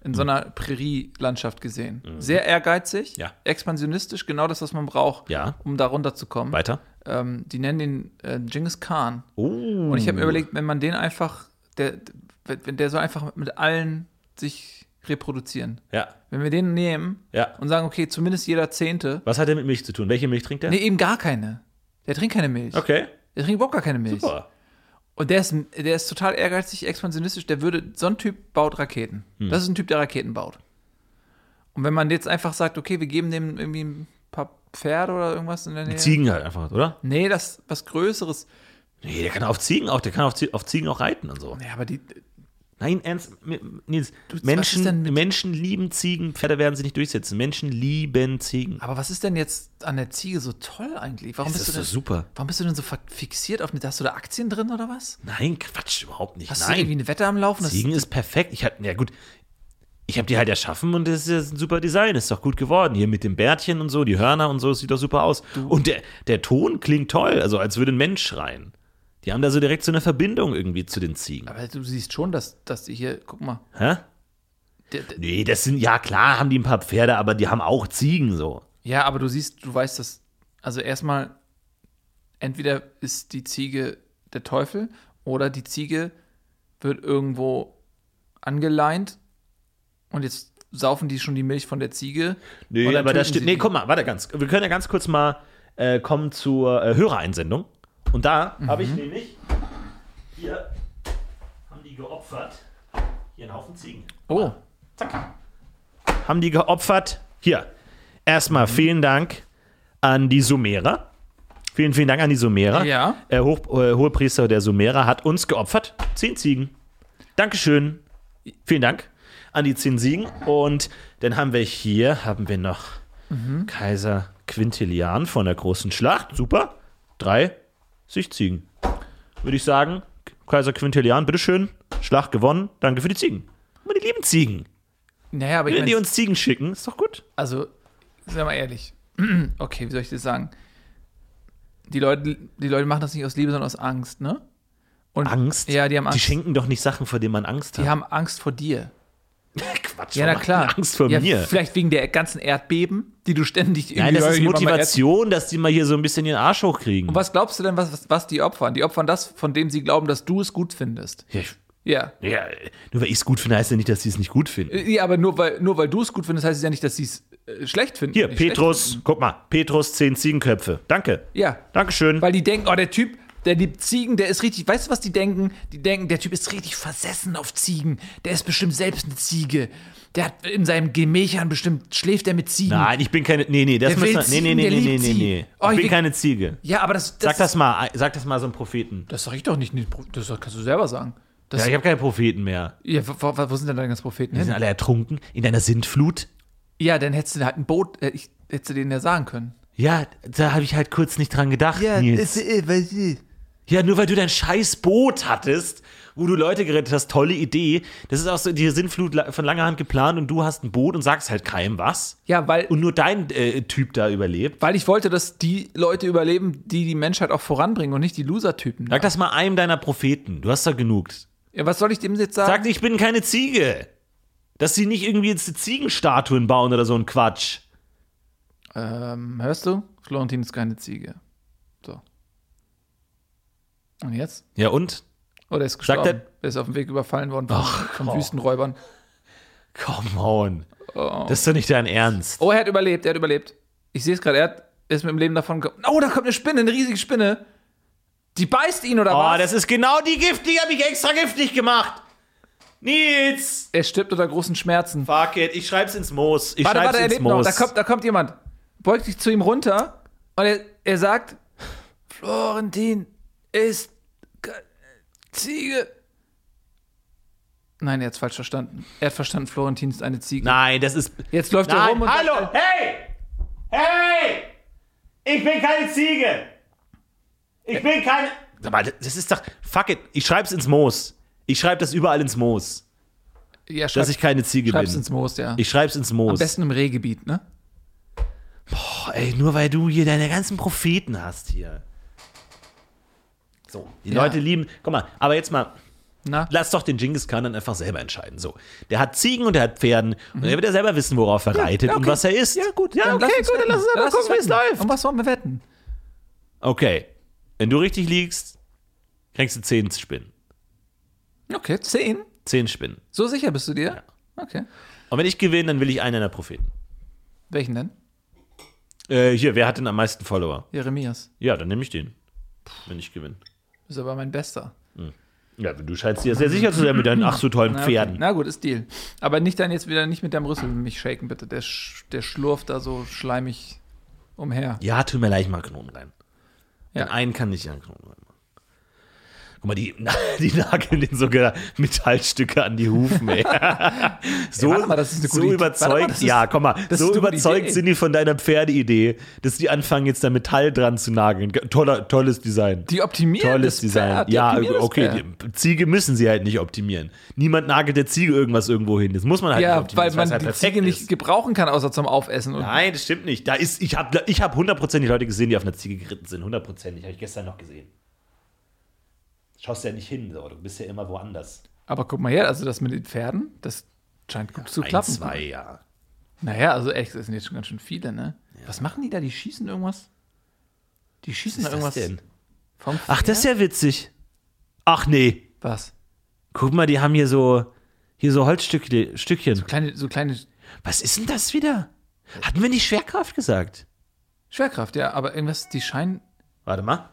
in
Hm.
so einer Prärielandschaft gesehen. Sehr ehrgeizig,
Ja.
expansionistisch, genau das, was man braucht,
Ja.
um da runterzukommen.
weiter.
Ähm, die nennen den äh, Genghis Khan.
Oh.
Und ich habe mir überlegt, wenn man den einfach, der, wenn der soll einfach mit allen sich reproduzieren.
Ja,
Wenn wir den nehmen
ja.
und sagen, okay, zumindest jeder Zehnte
Was hat er mit Milch zu tun? Welche Milch trinkt er?
Nee, eben gar keine. Der trinkt keine Milch.
Okay.
Der trinkt überhaupt gar keine Milch.
Super.
Und der ist, der ist total ehrgeizig, expansionistisch. Der würde, so ein Typ baut Raketen.
Hm.
Das ist ein Typ, der Raketen baut. Und wenn man jetzt einfach sagt, okay, wir geben dem irgendwie ein paar Pferde oder irgendwas in der Nähe.
Ziegen halt einfach, oder?
Nee, das ist was Größeres.
Nee, der kann auf Ziegen auch, der kann auf, Zie- auf Ziegen auch reiten und so.
Ja, aber die,
Nein, ernst, M- Nils,
was ist
Menschen,
denn mit-
Menschen lieben Ziegen, Pferde werden sie nicht durchsetzen. Menschen lieben Ziegen.
aber was ist denn jetzt an der Ziege so toll eigentlich? Warum
Das
bist,
ist
du
doch
denn,
super.
warum bist du denn so ver- fixiert auf eine, hast du da Aktien drin oder was?
Nein, Quatsch, überhaupt nicht.
Hast du
Nein.
irgendwie eine Wette am Laufen? Das-
Ziegen ist perfekt. Ich hab, ja gut, ich habe die halt erschaffen und das ist ein super Design. Ist doch gut geworden. Hier mit dem Bärtchen und so, die Hörner und so, das sieht doch super aus. Und der, der Ton klingt toll, also als würde ein Mensch schreien. Die haben da so direkt so eine Verbindung irgendwie zu den Ziegen.
Aber du siehst schon, dass, dass die hier, guck mal.
Hä?
Der, der,
Nee, das sind, ja klar haben die ein paar Pferde, aber die haben auch Ziegen so.
Ja, aber du siehst, du weißt das. Also erstmal, entweder ist die Ziege der Teufel oder die Ziege wird irgendwo angeleint und jetzt saufen die schon die Milch von der Ziege.
Nee,
und dann
aber das
töten
stimmt.
sie
Nee,
die.
guck mal, warte ganz. Wir können ja ganz kurz mal äh, kommen zur äh, Hörereinsendung. Und da habe ich nämlich hier haben die geopfert hier einen Haufen Ziegen.
Oh,
Haben die geopfert? Hier. Erstmal vielen Dank an die Sumerer. Vielen, vielen Dank an die Sumerer.
Ja.
Äh, Hoch, äh, Hohepriester der Sumerer hat uns geopfert. Zehn Ziegen. Dankeschön. Vielen Dank an die zehn Ziegen. Und dann haben wir hier, haben wir noch Kaiser Quintilian von der großen Schlacht. Super. Drei Ziegen. Würde ich sagen, Kaiser Quintilian, bitteschön. Schlacht gewonnen. Danke für die Ziegen. Meine lieben Ziegen.
Naja, aber ich
Wenn die
meine,
uns Ziegen schicken, ist doch gut.
also, sei mal ehrlich. Okay, wie soll ich das sagen? Die Leute, die Leute machen das nicht aus Liebe, sondern aus Angst, ne? Und
Angst?
Ja, die haben
Die
Angst. Die,
schenken doch nicht Sachen, vor denen man Angst hat.
haben Angst vor dir.
Quatsch, warum hat
Ja, na
man
klar.
Angst vor
ja,
mir.
Vielleicht wegen der ganzen Erdbeben, die du ständig irgendwie
Nein, das ist
irgendwie mal
Motivation, dass die mal hier so ein bisschen den Arsch hochkriegen.
Und was glaubst du denn, was, was, was die opfern? Die opfern das, von dem sie glauben, dass du es gut findest.
Ja, ich,
Ja.
ja, nur weil ich es gut finde, heißt ja nicht, dass sie es nicht gut finden.
Ja, aber nur weil, nur weil du es gut findest, heißt es ja nicht, dass sie es äh, schlecht finden.
Hier,
Nicht
Petrus, guck mal, Petrus, zehn Ziegenköpfe. Danke.
Schlecht. Ja.
Dankeschön.
Weil die denken, oh, der Typ, der liebt Ziegen, der ist richtig. Weißt du, was die denken? Die denken, der Typ ist richtig versessen auf Ziegen. Der ist bestimmt selbst eine Ziege. Der hat in seinem Gemächern bestimmt, schläft er mit Ziegen.
Nein, ich bin keine. Nee, nee, das
Der
müssen
will
wir. Nee, nee,
Ziegen,
nee, nee,
der
nee,
liebt
nee,
sie.
nee.
Oh,
ich
ich
bin
will-
keine Ziege.
Ja, aber das.
Sag das mal, sag das mal so einem Propheten.
Das sag ich doch nicht. nee, Das kannst du selber sagen. Das,
Ja, ich habe keine Propheten mehr.
ja, wo, wo, wo sind denn deine ganzen Propheten
Die sind
hin?
alle ertrunken in einer Sintflut.
Ja, dann hättest du halt ein Boot, äh, ich hättest du denen ja sagen können.
Ja, da habe ich halt kurz nicht dran gedacht, Nils.
weil sie.
Ja, nur weil du dein scheiß Boot hattest, wo du Leute gerettet hast, tolle Idee. Das ist auch so die Sinnflut la- von langer Hand geplant und du hast ein Boot und sagst halt keinem was.
Ja, weil,
Und nur dein äh, Typ da überlebt.
weil ich wollte, dass die Leute überleben, die die Menschheit auch voranbringen und nicht die Loser-Typen.
Sag das mal einem deiner Propheten. Du hast da genug.
Ja, was soll ich dem jetzt sagen?
Sag, ich bin keine Ziege. Dass sie nicht irgendwie jetzt Ziegenstatuen bauen oder so ein Quatsch.
Ähm, hörst du? Florentin ist keine Ziege. So. Und jetzt?
Ja, und?
Oh, der ist
Sagt
gestorben. Er ist auf dem Weg überfallen worden von, von
oh.
Wüstenräubern.
Come on. Das ist doch nicht dein Ernst.
Oh, er hat überlebt, er hat überlebt. Ich sehe es gerade, er hat, er ist mit dem Leben davon gekommen. Oh, da kommt eine Spinne, eine riesige Spinne. Die beißt ihn oder
Oh,
was?
das ist genau die Gift, die habe ich extra giftig gemacht. Nils!
Er stirbt unter großen Schmerzen.
Fuck it, ich schreib's ins Moos. Ich
Warte,
schreib's
warte, er
ins
lebt noch.
Moos.
Da kommt, da kommt jemand. Beugt sich zu ihm runter und er, er sagt: Florentin ist ke- Ziege. Nein, er hat's falsch verstanden. Er hat verstanden, Florentin ist eine Ziege.
Nein, das ist.
Jetzt läuft er rum
Nein, halt!
und
hallo!
sagt, äh,
Hey! Hey! Ich bin keine Ziege! Ich bin keine. Sag mal, das ist doch. Fuck it, ich schreib's ins Moos. Ich schreib das überall ins Moos,
ja, schreib,
dass ich keine Ziege
schreib's
bin.
ins Moos, ja.
Ich schreib's ins
Am
Moos.
besten im Rehgebiet, ne?
Boah, ey, nur weil du hier deine ganzen Propheten hast hier. So, die
Ja.
Leute lieben. Guck mal, aber jetzt mal,
Na?
lass doch den Genghis Khan dann einfach selber entscheiden. So, der hat Ziegen und der hat Pferden und er wird ja selber wissen, worauf er reitet
ja,
und
okay.
was er isst.
Ja, gut.
Ja,
dann
okay,
lass uns
gut, dann
wetten.
lass uns einfach
uns
gucken, wie es
wetten.
läuft.
Und was wollen wir wetten?
Okay, wenn du richtig liegst, kriegst du zehn Spinnen.
Okay, 10.
Zehn Spinnen.
So sicher bist du dir? Okay.
Und wenn ich gewinne, dann will ich einen deiner Propheten.
Welchen denn?
Äh, hier, wer hat denn am meisten Follower?
Jeremias.
Ja, dann nehme ich den, wenn ich gewinne.
Ist aber mein bester.
Ja, du scheinst dir sehr sicher zu sein mit deinen ach so tollen
Na,
Pferden.
Okay. Na gut, ist Deal. Aber nicht dann jetzt wieder nicht mit deinem Rüssel mich shaken, bitte. Der, sch der schlurft da so schleimig umher.
Ja, tut mir leid, ich mag Knoten rein.
Ja.
Den einen kann ich ja einen Knoten reinmachen. Guck mal, die, die nageln den sogar Metallstücke an die Hufen, ey. so
warte mal, das ist eine gute
so
Idee.
überzeugt,
Warte mal, das ist-
ja, komm mal,
das ist
so
eine gute
überzeugt
Idee.
sind die von deiner Pferdeidee, dass die anfangen, jetzt da Metall dran zu nageln. Ge- Toller, tolles Design.
Die optimieren
Tolles
das
Design.
Pferd, die
ja,
optimieren das
okay.
Pferd.
Die Ziege müssen sie halt nicht optimieren. Niemand nagelt der Ziege irgendwas irgendwo hin. Das muss man halt nicht
Ja,
optimieren.
weil
das
man
weiß halt
die
perfekt
Ziege
ist.
nicht gebrauchen kann, außer zum Aufessen. Und
Nein, das stimmt nicht. Da ist, ich habe ich hab hundertprozentig Leute gesehen, die auf einer Ziege geritten sind. Hundertprozentig. Habe ich gestern noch gesehen. Schaust ja nicht hin, so. du bist ja immer woanders.
Aber guck mal her, also das mit den Pferden, das scheint gut zu klappen.
Ein, zwei, ja.
Naja, also echt, das sind jetzt schon ganz schön viele, ne? Was machen die da? Die schießen irgendwas? Die schießen da irgendwas vom
Ach, das ist ja witzig. Ach nee.
Was?
Guck mal, die haben hier so, hier so Holzstückchen. Stückchen.
Kleine, so kleine
Was ist denn das wieder? Hatten wir nicht Schwerkraft gesagt?
Schwerkraft, ja, aber irgendwas, die scheinen.
Warte mal.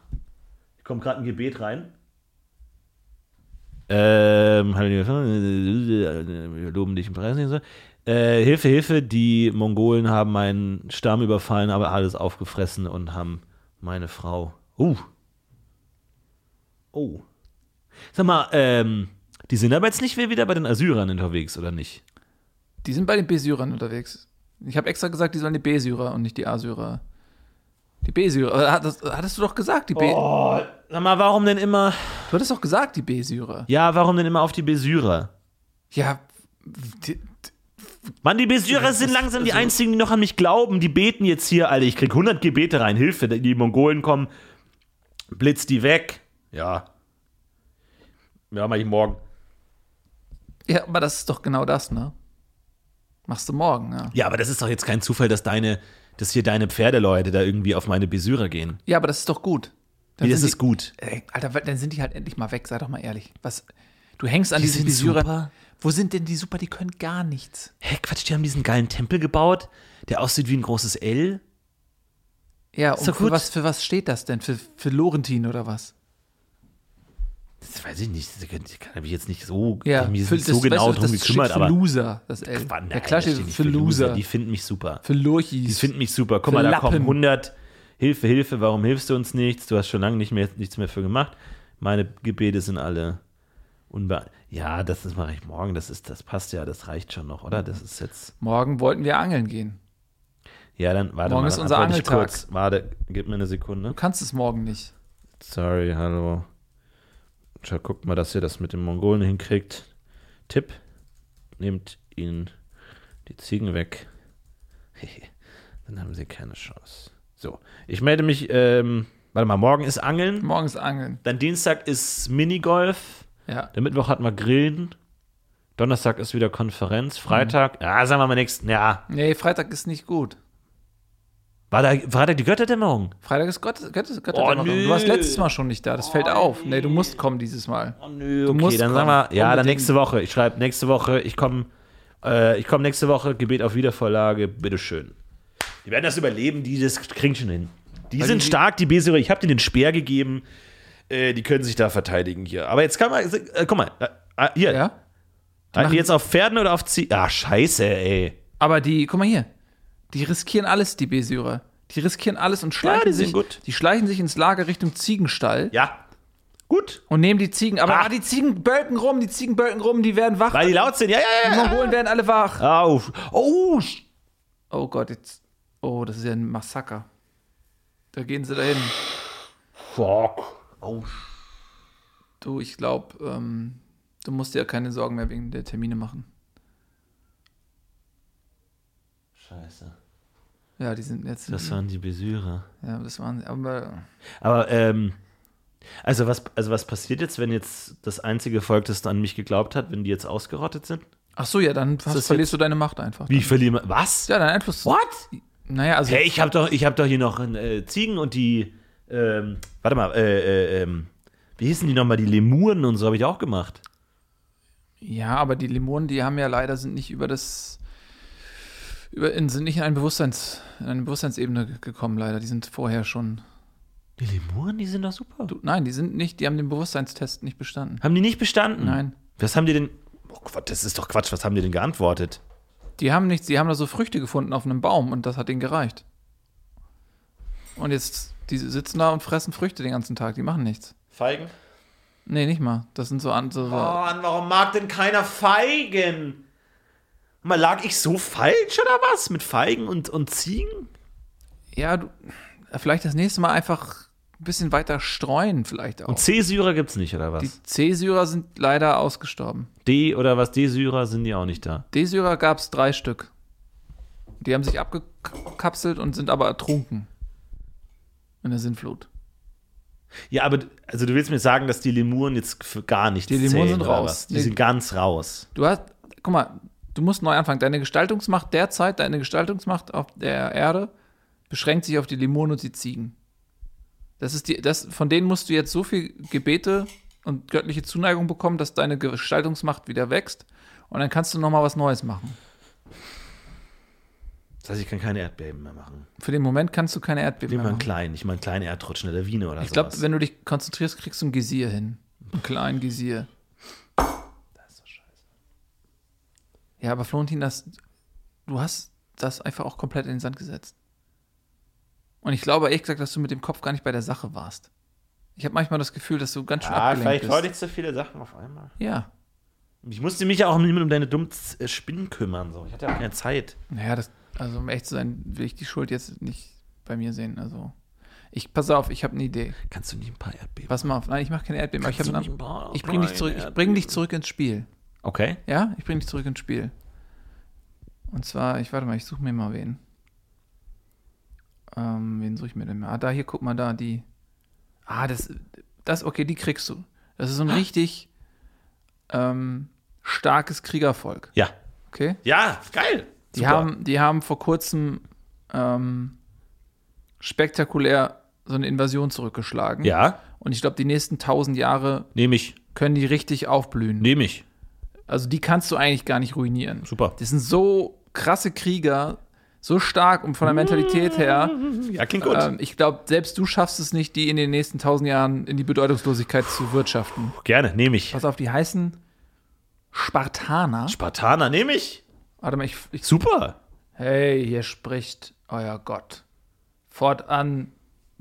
Hier kommt gerade ein Gebet rein. Ähm, wir loben dich im Preis nicht so. Äh, Hilfe, Hilfe, die Mongolen haben meinen Stamm überfallen, aber alles aufgefressen und haben meine Frau. Uh. Oh. Sag mal, ähm, die sind aber jetzt nicht wieder bei den Assyrern unterwegs, oder nicht?
Die sind bei den Besyrern unterwegs. Ich habe extra gesagt, die sollen die B-Syrer und nicht die A-Syrer. Die B-Syrer. Hattest, hattest du doch gesagt, die B.
Oh, sag mal, warum denn immer.
Du hattest doch gesagt, die B-Syrer.
Ja, warum denn immer auf die Besyrer?
Ja. Die,
Mann, die Besyrer
Ja,
sind
das-
langsam die
also-
einzigen, die noch an mich glauben. Die beten jetzt hier, Alter. Ich krieg 100 Gebete rein. Hilfe, die Mongolen kommen. Blitz die weg. Ja. Ja, mach ich morgen.
ja, aber das ist doch genau das, ne? Machst du morgen, ja.
Ja, aber das ist doch jetzt kein Zufall, dass deine, dass hier deine Pferdeleute da irgendwie auf meine Besyrer gehen.
Ja, aber das ist doch gut. Dann
Wie, das
sind
ist
die,
gut.
Ey, Alter, weil- dann sind die halt endlich mal weg, sei doch mal ehrlich. Was, du hängst an
Die
diesen
sind
Besyrern.
super.
Wo sind denn die super? Die können gar nichts.
Hä, Quatsch, die haben diesen geilen Tempel gebaut, der aussieht wie ein großes L.
Ja, und
doch
für
gut.
was, für was steht das denn? Für, für Lorentin oder was?
Das weiß ich nicht, das kann kann ich jetzt nicht so,
Ja,
mir
für,
nicht so genau
weißt du,
drum
das
gekümmert,
steht für
aber.
Loser, das L.
Wann,
ja,
nein,
klar
das
steht
steht nicht
für Loser.
Die finden mich super.
Für Lurchis.
Die finden mich super. Guck
Für
mal, da kommen
Lappen.
100. Hilfe, Hilfe, warum hilfst du uns nichts? Du hast schon lange nicht mehr, nichts mehr für gemacht. Meine Gebete sind alle unbe... Ja, das ist- mache ich morgen. Das, ist, das passt ja, das reicht schon noch, oder? Das ist jetzt...
Morgen wollten wir angeln gehen.
Ja, dann warte
Morgen
mal.
ist
dann
unser
antworte ich
Angeltag.
Kurz. Warte, gib mir eine Sekunde.
Du kannst es morgen nicht.
Sorry, hallo. Tja, guckt mal, dass ihr das mit den Mongolen hinkriegt. Tipp, nehmt ihnen die Ziegen weg. Dann haben sie keine Chance. So, ich melde mich, ähm, warte mal, morgen ist Angeln,
Morgen ist Angeln.
dann Dienstag ist Minigolf,
Ja.
der Mittwoch hatten wir Grillen, Donnerstag ist wieder Konferenz, Freitag, ja, sagen wir mal nächsten, ja,
Nee, Freitag ist nicht gut.
war da, war da die Götterdämmerung?
Freitag ist Gottes, Gottes, Gottes
Oh,
Du warst
nö.
letztes Mal schon nicht da. Das fällt auf. Nee, du musst kommen dieses Mal.
Oh, nö,
Du
okay,
musst
dann
kommen.
sagen wir, ja, dann
Unbedingt.
nächste Woche. Ich schreibe nächste Woche, ich komme äh, ich komm nächste Woche, Gebet auf Wiedervorlage, bitteschön. Die werden das überleben, die das kriegen schon hin. Die
Weil
sind
die-
stark, die Besürer. Ich habe denen den Speer gegeben, äh, die können sich da verteidigen hier. Aber jetzt kann man, äh, guck mal, äh, hier,
Ja?
halten die jetzt auf Pferden oder auf Ziegen? Ah, scheiße, ey.
Aber die, guck mal hier, die riskieren alles, die B-Syrer. Die riskieren alles und schleichen
die sind
sich.
gut.
Die schleichen sich ins Lager Richtung Ziegenstall
Ja, gut,
und nehmen die Ziegen. Aber
Ah.
ah, die Ziegen bölken rum, die Ziegen bölken rum, die werden wach.
weil die laut sind, ja,
die
ja, ja,
Mongolen werden alle wach.
ja. Auf. Oh,
Oh Gott, jetzt. Oh, das ist ja ein Massaker. Da gehen sie dahin.
fuck. Oh,
Du, ich glaube, ähm, du musst dir ja keine Sorgen mehr wegen der Termine machen.
scheiße.
Ja, die sind jetzt.
Das waren die Besürer.
ja, das waren. Aber
Aber ähm, also was, also was passiert jetzt, wenn jetzt das einzige Volk, das an mich geglaubt hat, wenn die jetzt ausgerottet sind?
ach so, ja, dann
das
hast, verlierst du deine Macht einfach.
Wie ich verliere? Was?
Ja, dein Einfluss.
What?
Naja, also
Hey, ich habe doch, ich habe doch hier noch äh, Ziegen und die. Ähm, warte mal, äh, äh, ähm, wie hießen die nochmal? Die Lemuren und so habe ich auch gemacht.
Ja, aber die Limonen, die haben ja leider sind nicht über das über, in- sind nicht in, ein Bewusstseins, in eine Bewusstseinsebene ge- gekommen, leider. Die sind vorher schon.
Die Lemuren, die sind doch super.
Du, nein, die sind nicht, die haben den Bewusstseinstest nicht bestanden.
Haben die nicht bestanden?
Nein.
Was haben die denn? Oh Gott, das ist doch Quatsch. Was haben die denn geantwortet?
Die haben nichts, die haben da so Früchte gefunden auf einem Baum und das hat ihnen gereicht. Und jetzt, die sitzen da und fressen Früchte den ganzen Tag, die machen nichts.
Feigen?
Nee, nicht mal. Das sind so
Oh,
andere.
Mann, warum mag denn keiner Feigen? Mal lag ich so falsch oder was? Mit Feigen und, und Ziegen?
Ja, du, vielleicht das nächste Mal einfach ein bisschen weiter streuen, vielleicht auch.
Und C-Syrer gibt's nicht oder
Oh. die
was?
C-Syrer sind leider ausgestorben.
D oder was? D-Syrer sind die auch nicht da.
D-Syrer gab es drei Stück. Die haben sich abgekapselt und sind aber ertrunken. In der Sintflut.
Ja, aber d- also du willst mir sagen, dass die Lemuren jetzt für gar nichts
Die Lemuren
zählen,
sind
oder
raus.
was? Die
Nee.
sind ganz raus.
Du hast, guck mal, du musst neu anfangen. Deine Gestaltungsmacht derzeit, deine Gestaltungsmacht auf der Erde beschränkt sich auf die Limonen und die Ziegen. Das ist die, das, von denen musst du jetzt so viel Gebete und göttliche Zuneigung bekommen, dass deine Gestaltungsmacht wieder wächst. Und dann kannst du nochmal was Neues machen.
Das heißt, ich kann keine Erdbeben mehr machen.
Für den Moment kannst du keine Erdbeben
Nehmen
mehr
wir einen
machen.
kleinen, ich meine einen kleinen Erdrutsch, eine Lawine oder
Genau. Ich glaube,
sowas.
wenn du dich konzentrierst, kriegst du ein Gesier hin. Ein kleinen Gesier. Ja, aber Florentin, das, du hast das einfach auch komplett in den Sand gesetzt. Und ich glaube ehrlich gesagt, dass du mit dem Kopf gar nicht bei der Sache warst. Ich habe manchmal das Gefühl, dass du ganz schön
Ah,
abgelenkt
vielleicht wollte
bist.
ich zu viele Sachen auf einmal.
Ja,
Ich musste mich ja auch nicht mehr um deine dummen Z- äh, Spinnen kümmern. So. Ich hatte ja auch keine Zeit.
naja, das, also um echt zu sein, will ich die Schuld jetzt nicht bei mir sehen. Also, ich, pass auf, ich habe eine Idee.
Kannst du nicht ein paar Erdbeben?
Pass mal auf, nein, ich mache keine Erdbeben. aber Ich, hab
Kannst du nicht
einen,
ein paar
ich bring dich
kleine
zurück, ich bring
Erdbeben?
dich zurück ins Spiel.
Okay.
Ja, ich bring dich zurück ins Spiel. Und zwar, ich warte mal, ich suche mir mal wen. Ähm, wen suche ich mir denn mal? Ah, da, hier, guck mal da, die. Ah, das, das, okay, die kriegst du. Das ist so ein
Ah.
richtig ähm, starkes Kriegervolk,
Ja.
okay?
Ja, geil.
Die
Super.
haben, die haben vor kurzem ähm, spektakulär so eine Invasion zurückgeschlagen.
Ja,
Und ich glaube, die nächsten tausend Jahre
nehme ich.
können die richtig aufblühen.
Nehme ich.
Also die kannst du eigentlich gar nicht ruinieren.
Super.
Das sind so krasse Krieger, so stark und von der Mentalität her.
Ja, klingt gut.
Ähm, ich glaube, selbst du schaffst es nicht, die in den nächsten tausend Jahren in die Bedeutungslosigkeit zu wirtschaften.
Gerne, nehme ich.
Pass auf, die heißen Spartaner.
Spartaner, nehme ich.
Warte mal, ich, ich
Super.
Hey, hier spricht euer Gott. Fortan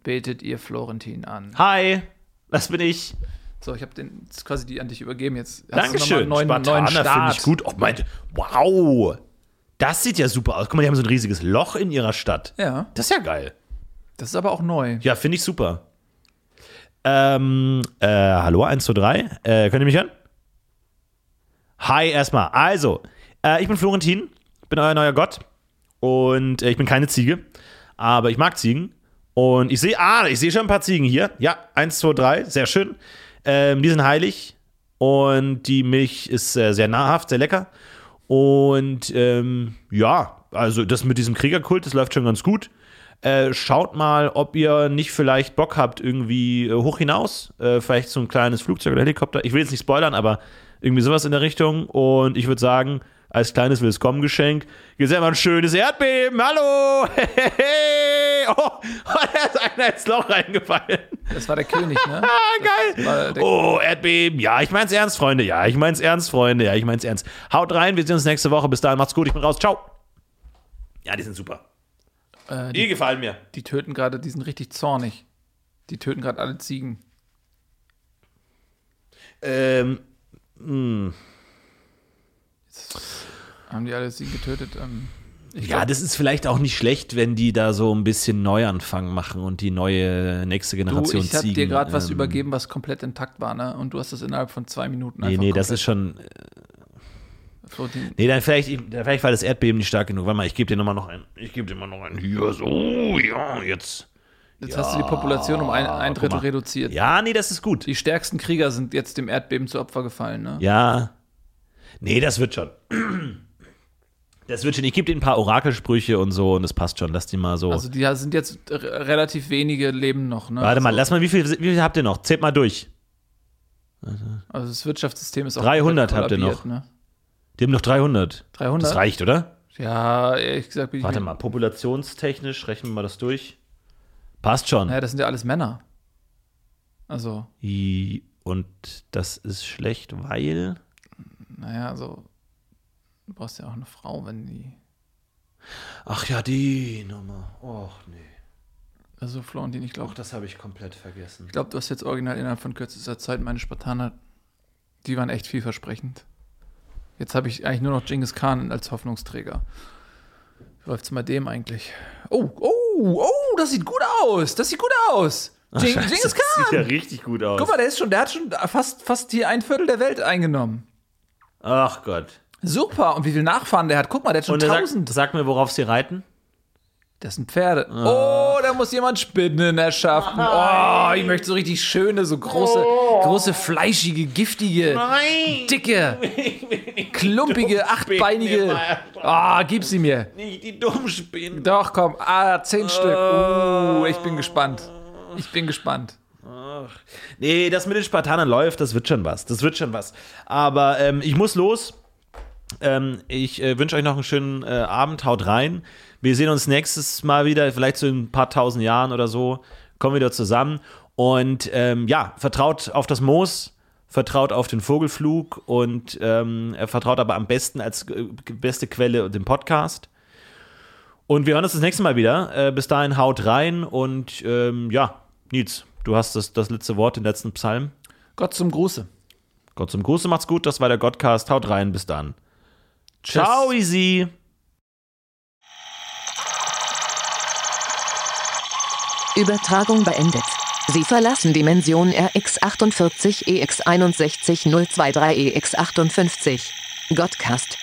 betet ihr Florentin an.
Hi, das bin ich.
So, ich habe den das ist quasi die an dich übergeben jetzt. hast du
Dankeschön.
nochmal einen Neuen, neuen
Spartaner finde
Start.
ich gut. Oh, mein, wow. Das sieht ja super aus. Guck mal, die haben so ein riesiges Loch in ihrer Stadt.
Ja,
Das ist ja geil.
das ist aber auch neu.
Ja, finde ich super. Ähm, äh, hallo, 1, 2, 3. Äh, könnt ihr mich hören? Hi, erstmal. Also, äh, ich bin Florentin, bin euer neuer Gott. Und äh, ich bin keine Ziege, aber ich mag Ziegen. Und ich sehe, ah, ich sehe schon ein paar Ziegen hier. Ja, 1, 2, 3, sehr schön. Ähm, die sind heilig und die Milch ist äh, sehr nahrhaft, sehr lecker. Und ähm, ja, also das mit diesem Kriegerkult, das läuft schon ganz gut. Äh, schaut mal, ob ihr nicht vielleicht Bock habt, irgendwie äh, hoch hinaus. Äh, vielleicht so ein kleines Flugzeug oder Helikopter. Ich will jetzt nicht spoilern, aber irgendwie sowas in der Richtung. Und ich würde sagen, als kleines Willkommengeschenk, hier ist ja immer ein schönes Erdbeben. Hallo! Hey! Oh, da ist einer ins Loch reingefallen.
Das war der König, ne?
Ah,
war
geil.
der-
Oh, Erdbeben. Ja, ich mein's ernst, Freunde. Ja, ich mein's ernst, Freunde. Ja, ich mein's ernst. Haut rein, wir sehen uns nächste Woche. Bis dahin, macht's gut. Ich bin raus. Ciao. Ja, die sind super.
Äh,
die gefallen mir.
Die töten gerade, die sind richtig zornig. Die töten gerade alle Ziegen.
Ähm,
Haben die alle Ziegen getötet? Ähm,
ja, das ist vielleicht auch nicht schlecht, wenn die da so ein bisschen Neuanfang machen und die neue nächste
du,
Generation
ich habe
Ziegen,
dir gerade was
ähm,
übergeben, was komplett intakt war, ne? Und du hast das innerhalb von zwei Minuten
Nee,
einfach
nee, das ist schon.
Florentin,
Nee, dann vielleicht, dann vielleicht war das Erdbeben nicht stark genug. Warte mal, ich gebe dir nochmal noch einen. Ich gebe dir mal noch einen. Hier, so, ja, jetzt.
Jetzt hast du die Population um ein, ein
guck mal.
Drittel reduziert.
Ja, nee, das ist gut.
Die stärksten Krieger sind jetzt dem Erdbeben zu Opfer gefallen, ne?
Ja. Nee, das wird schon. Das wird schon. Ich gebe dir ein paar Orakelsprüche und so und das passt schon. Lass die mal so.
Also die sind jetzt r- relativ wenige Leben noch, ne?
Warte mal,
also,
lass mal, wie viel, wie viel habt ihr noch? Zählt mal durch.
also das Wirtschaftssystem ist auch
300
komplett
habt ihr
kollabiert, Ne?
Die haben noch 300.
300?
Das reicht, oder?
Ja, ehrlich gesagt bin ich
Warte
mir-
mal, populationstechnisch rechnen wir mal das durch. Passt schon.
Naja, das sind ja alles Männer. Also,
I- Und das ist schlecht, weil.
naja, also du brauchst ja auch eine Frau, wenn die.
Ach ja, die Nummer. Och nee.
Also Florentin, ich glaube,
Och, das habe ich komplett vergessen.
ich glaube, du hast jetzt original innerhalb von kürzester Zeit meine Spartaner, die waren echt vielversprechend. Jetzt habe ich eigentlich nur noch Genghis Khan als Hoffnungsträger. Wie läuft's mal dem eigentlich? Oh, oh, oh, das sieht gut aus. Das sieht gut aus. Gen
Scheiße,
Genghis
Das sieht ja
Khan.
richtig gut aus.
Guck mal, der ist schon, der hat schon fast, fast hier ein Viertel der Welt eingenommen.
Ach Gott.
Super. Und wie viel Nachfahren der hat. Guck mal, der hat schon
Und er
tausend.
sagt, sag mir, worauf sie reiten.
Das sind Pferde.
Ah.
Oh, da muss jemand Spinnen erschaffen. Oh, ich möchte so richtig schöne, so große, große, fleischige, giftige,
Oh. Nein!
dicke, klumpige, achtbeinige. Ah, gib sie mir.
Nicht die dummen Spinnen.
Doch, komm. Ah, zehn Stück.
Ah.
Uh, ich bin gespannt. Ich bin gespannt.
Nee, das mit den Spartanern läuft, das wird schon was. Das wird schon was. Aber ähm, ich muss los. Ähm, ich äh, wünsche euch noch einen schönen äh, Abend. Haut rein. Wir sehen uns nächstes Mal wieder, vielleicht so in ein paar tausend Jahren oder so. Kommen wieder zusammen. Und ähm, ja, vertraut auf das Moos. vertraut auf den Vogelflug und ähm, er vertraut aber am besten als äh, beste Quelle dem Podcast. Und wir hören uns das nächste Mal wieder. Äh, bis dahin haut rein und ähm, ja, Nils, du hast das, das letzte Wort, den letzten Psalm.
Gott zum Gruße.
Gott zum Gruße, macht's gut. Das war der Godcast. Haut rein, bis dann. Ciao, easy.
Übertragung beendet. Sie verlassen Dimension E RX48 EX61 023 EX58. E Godcast.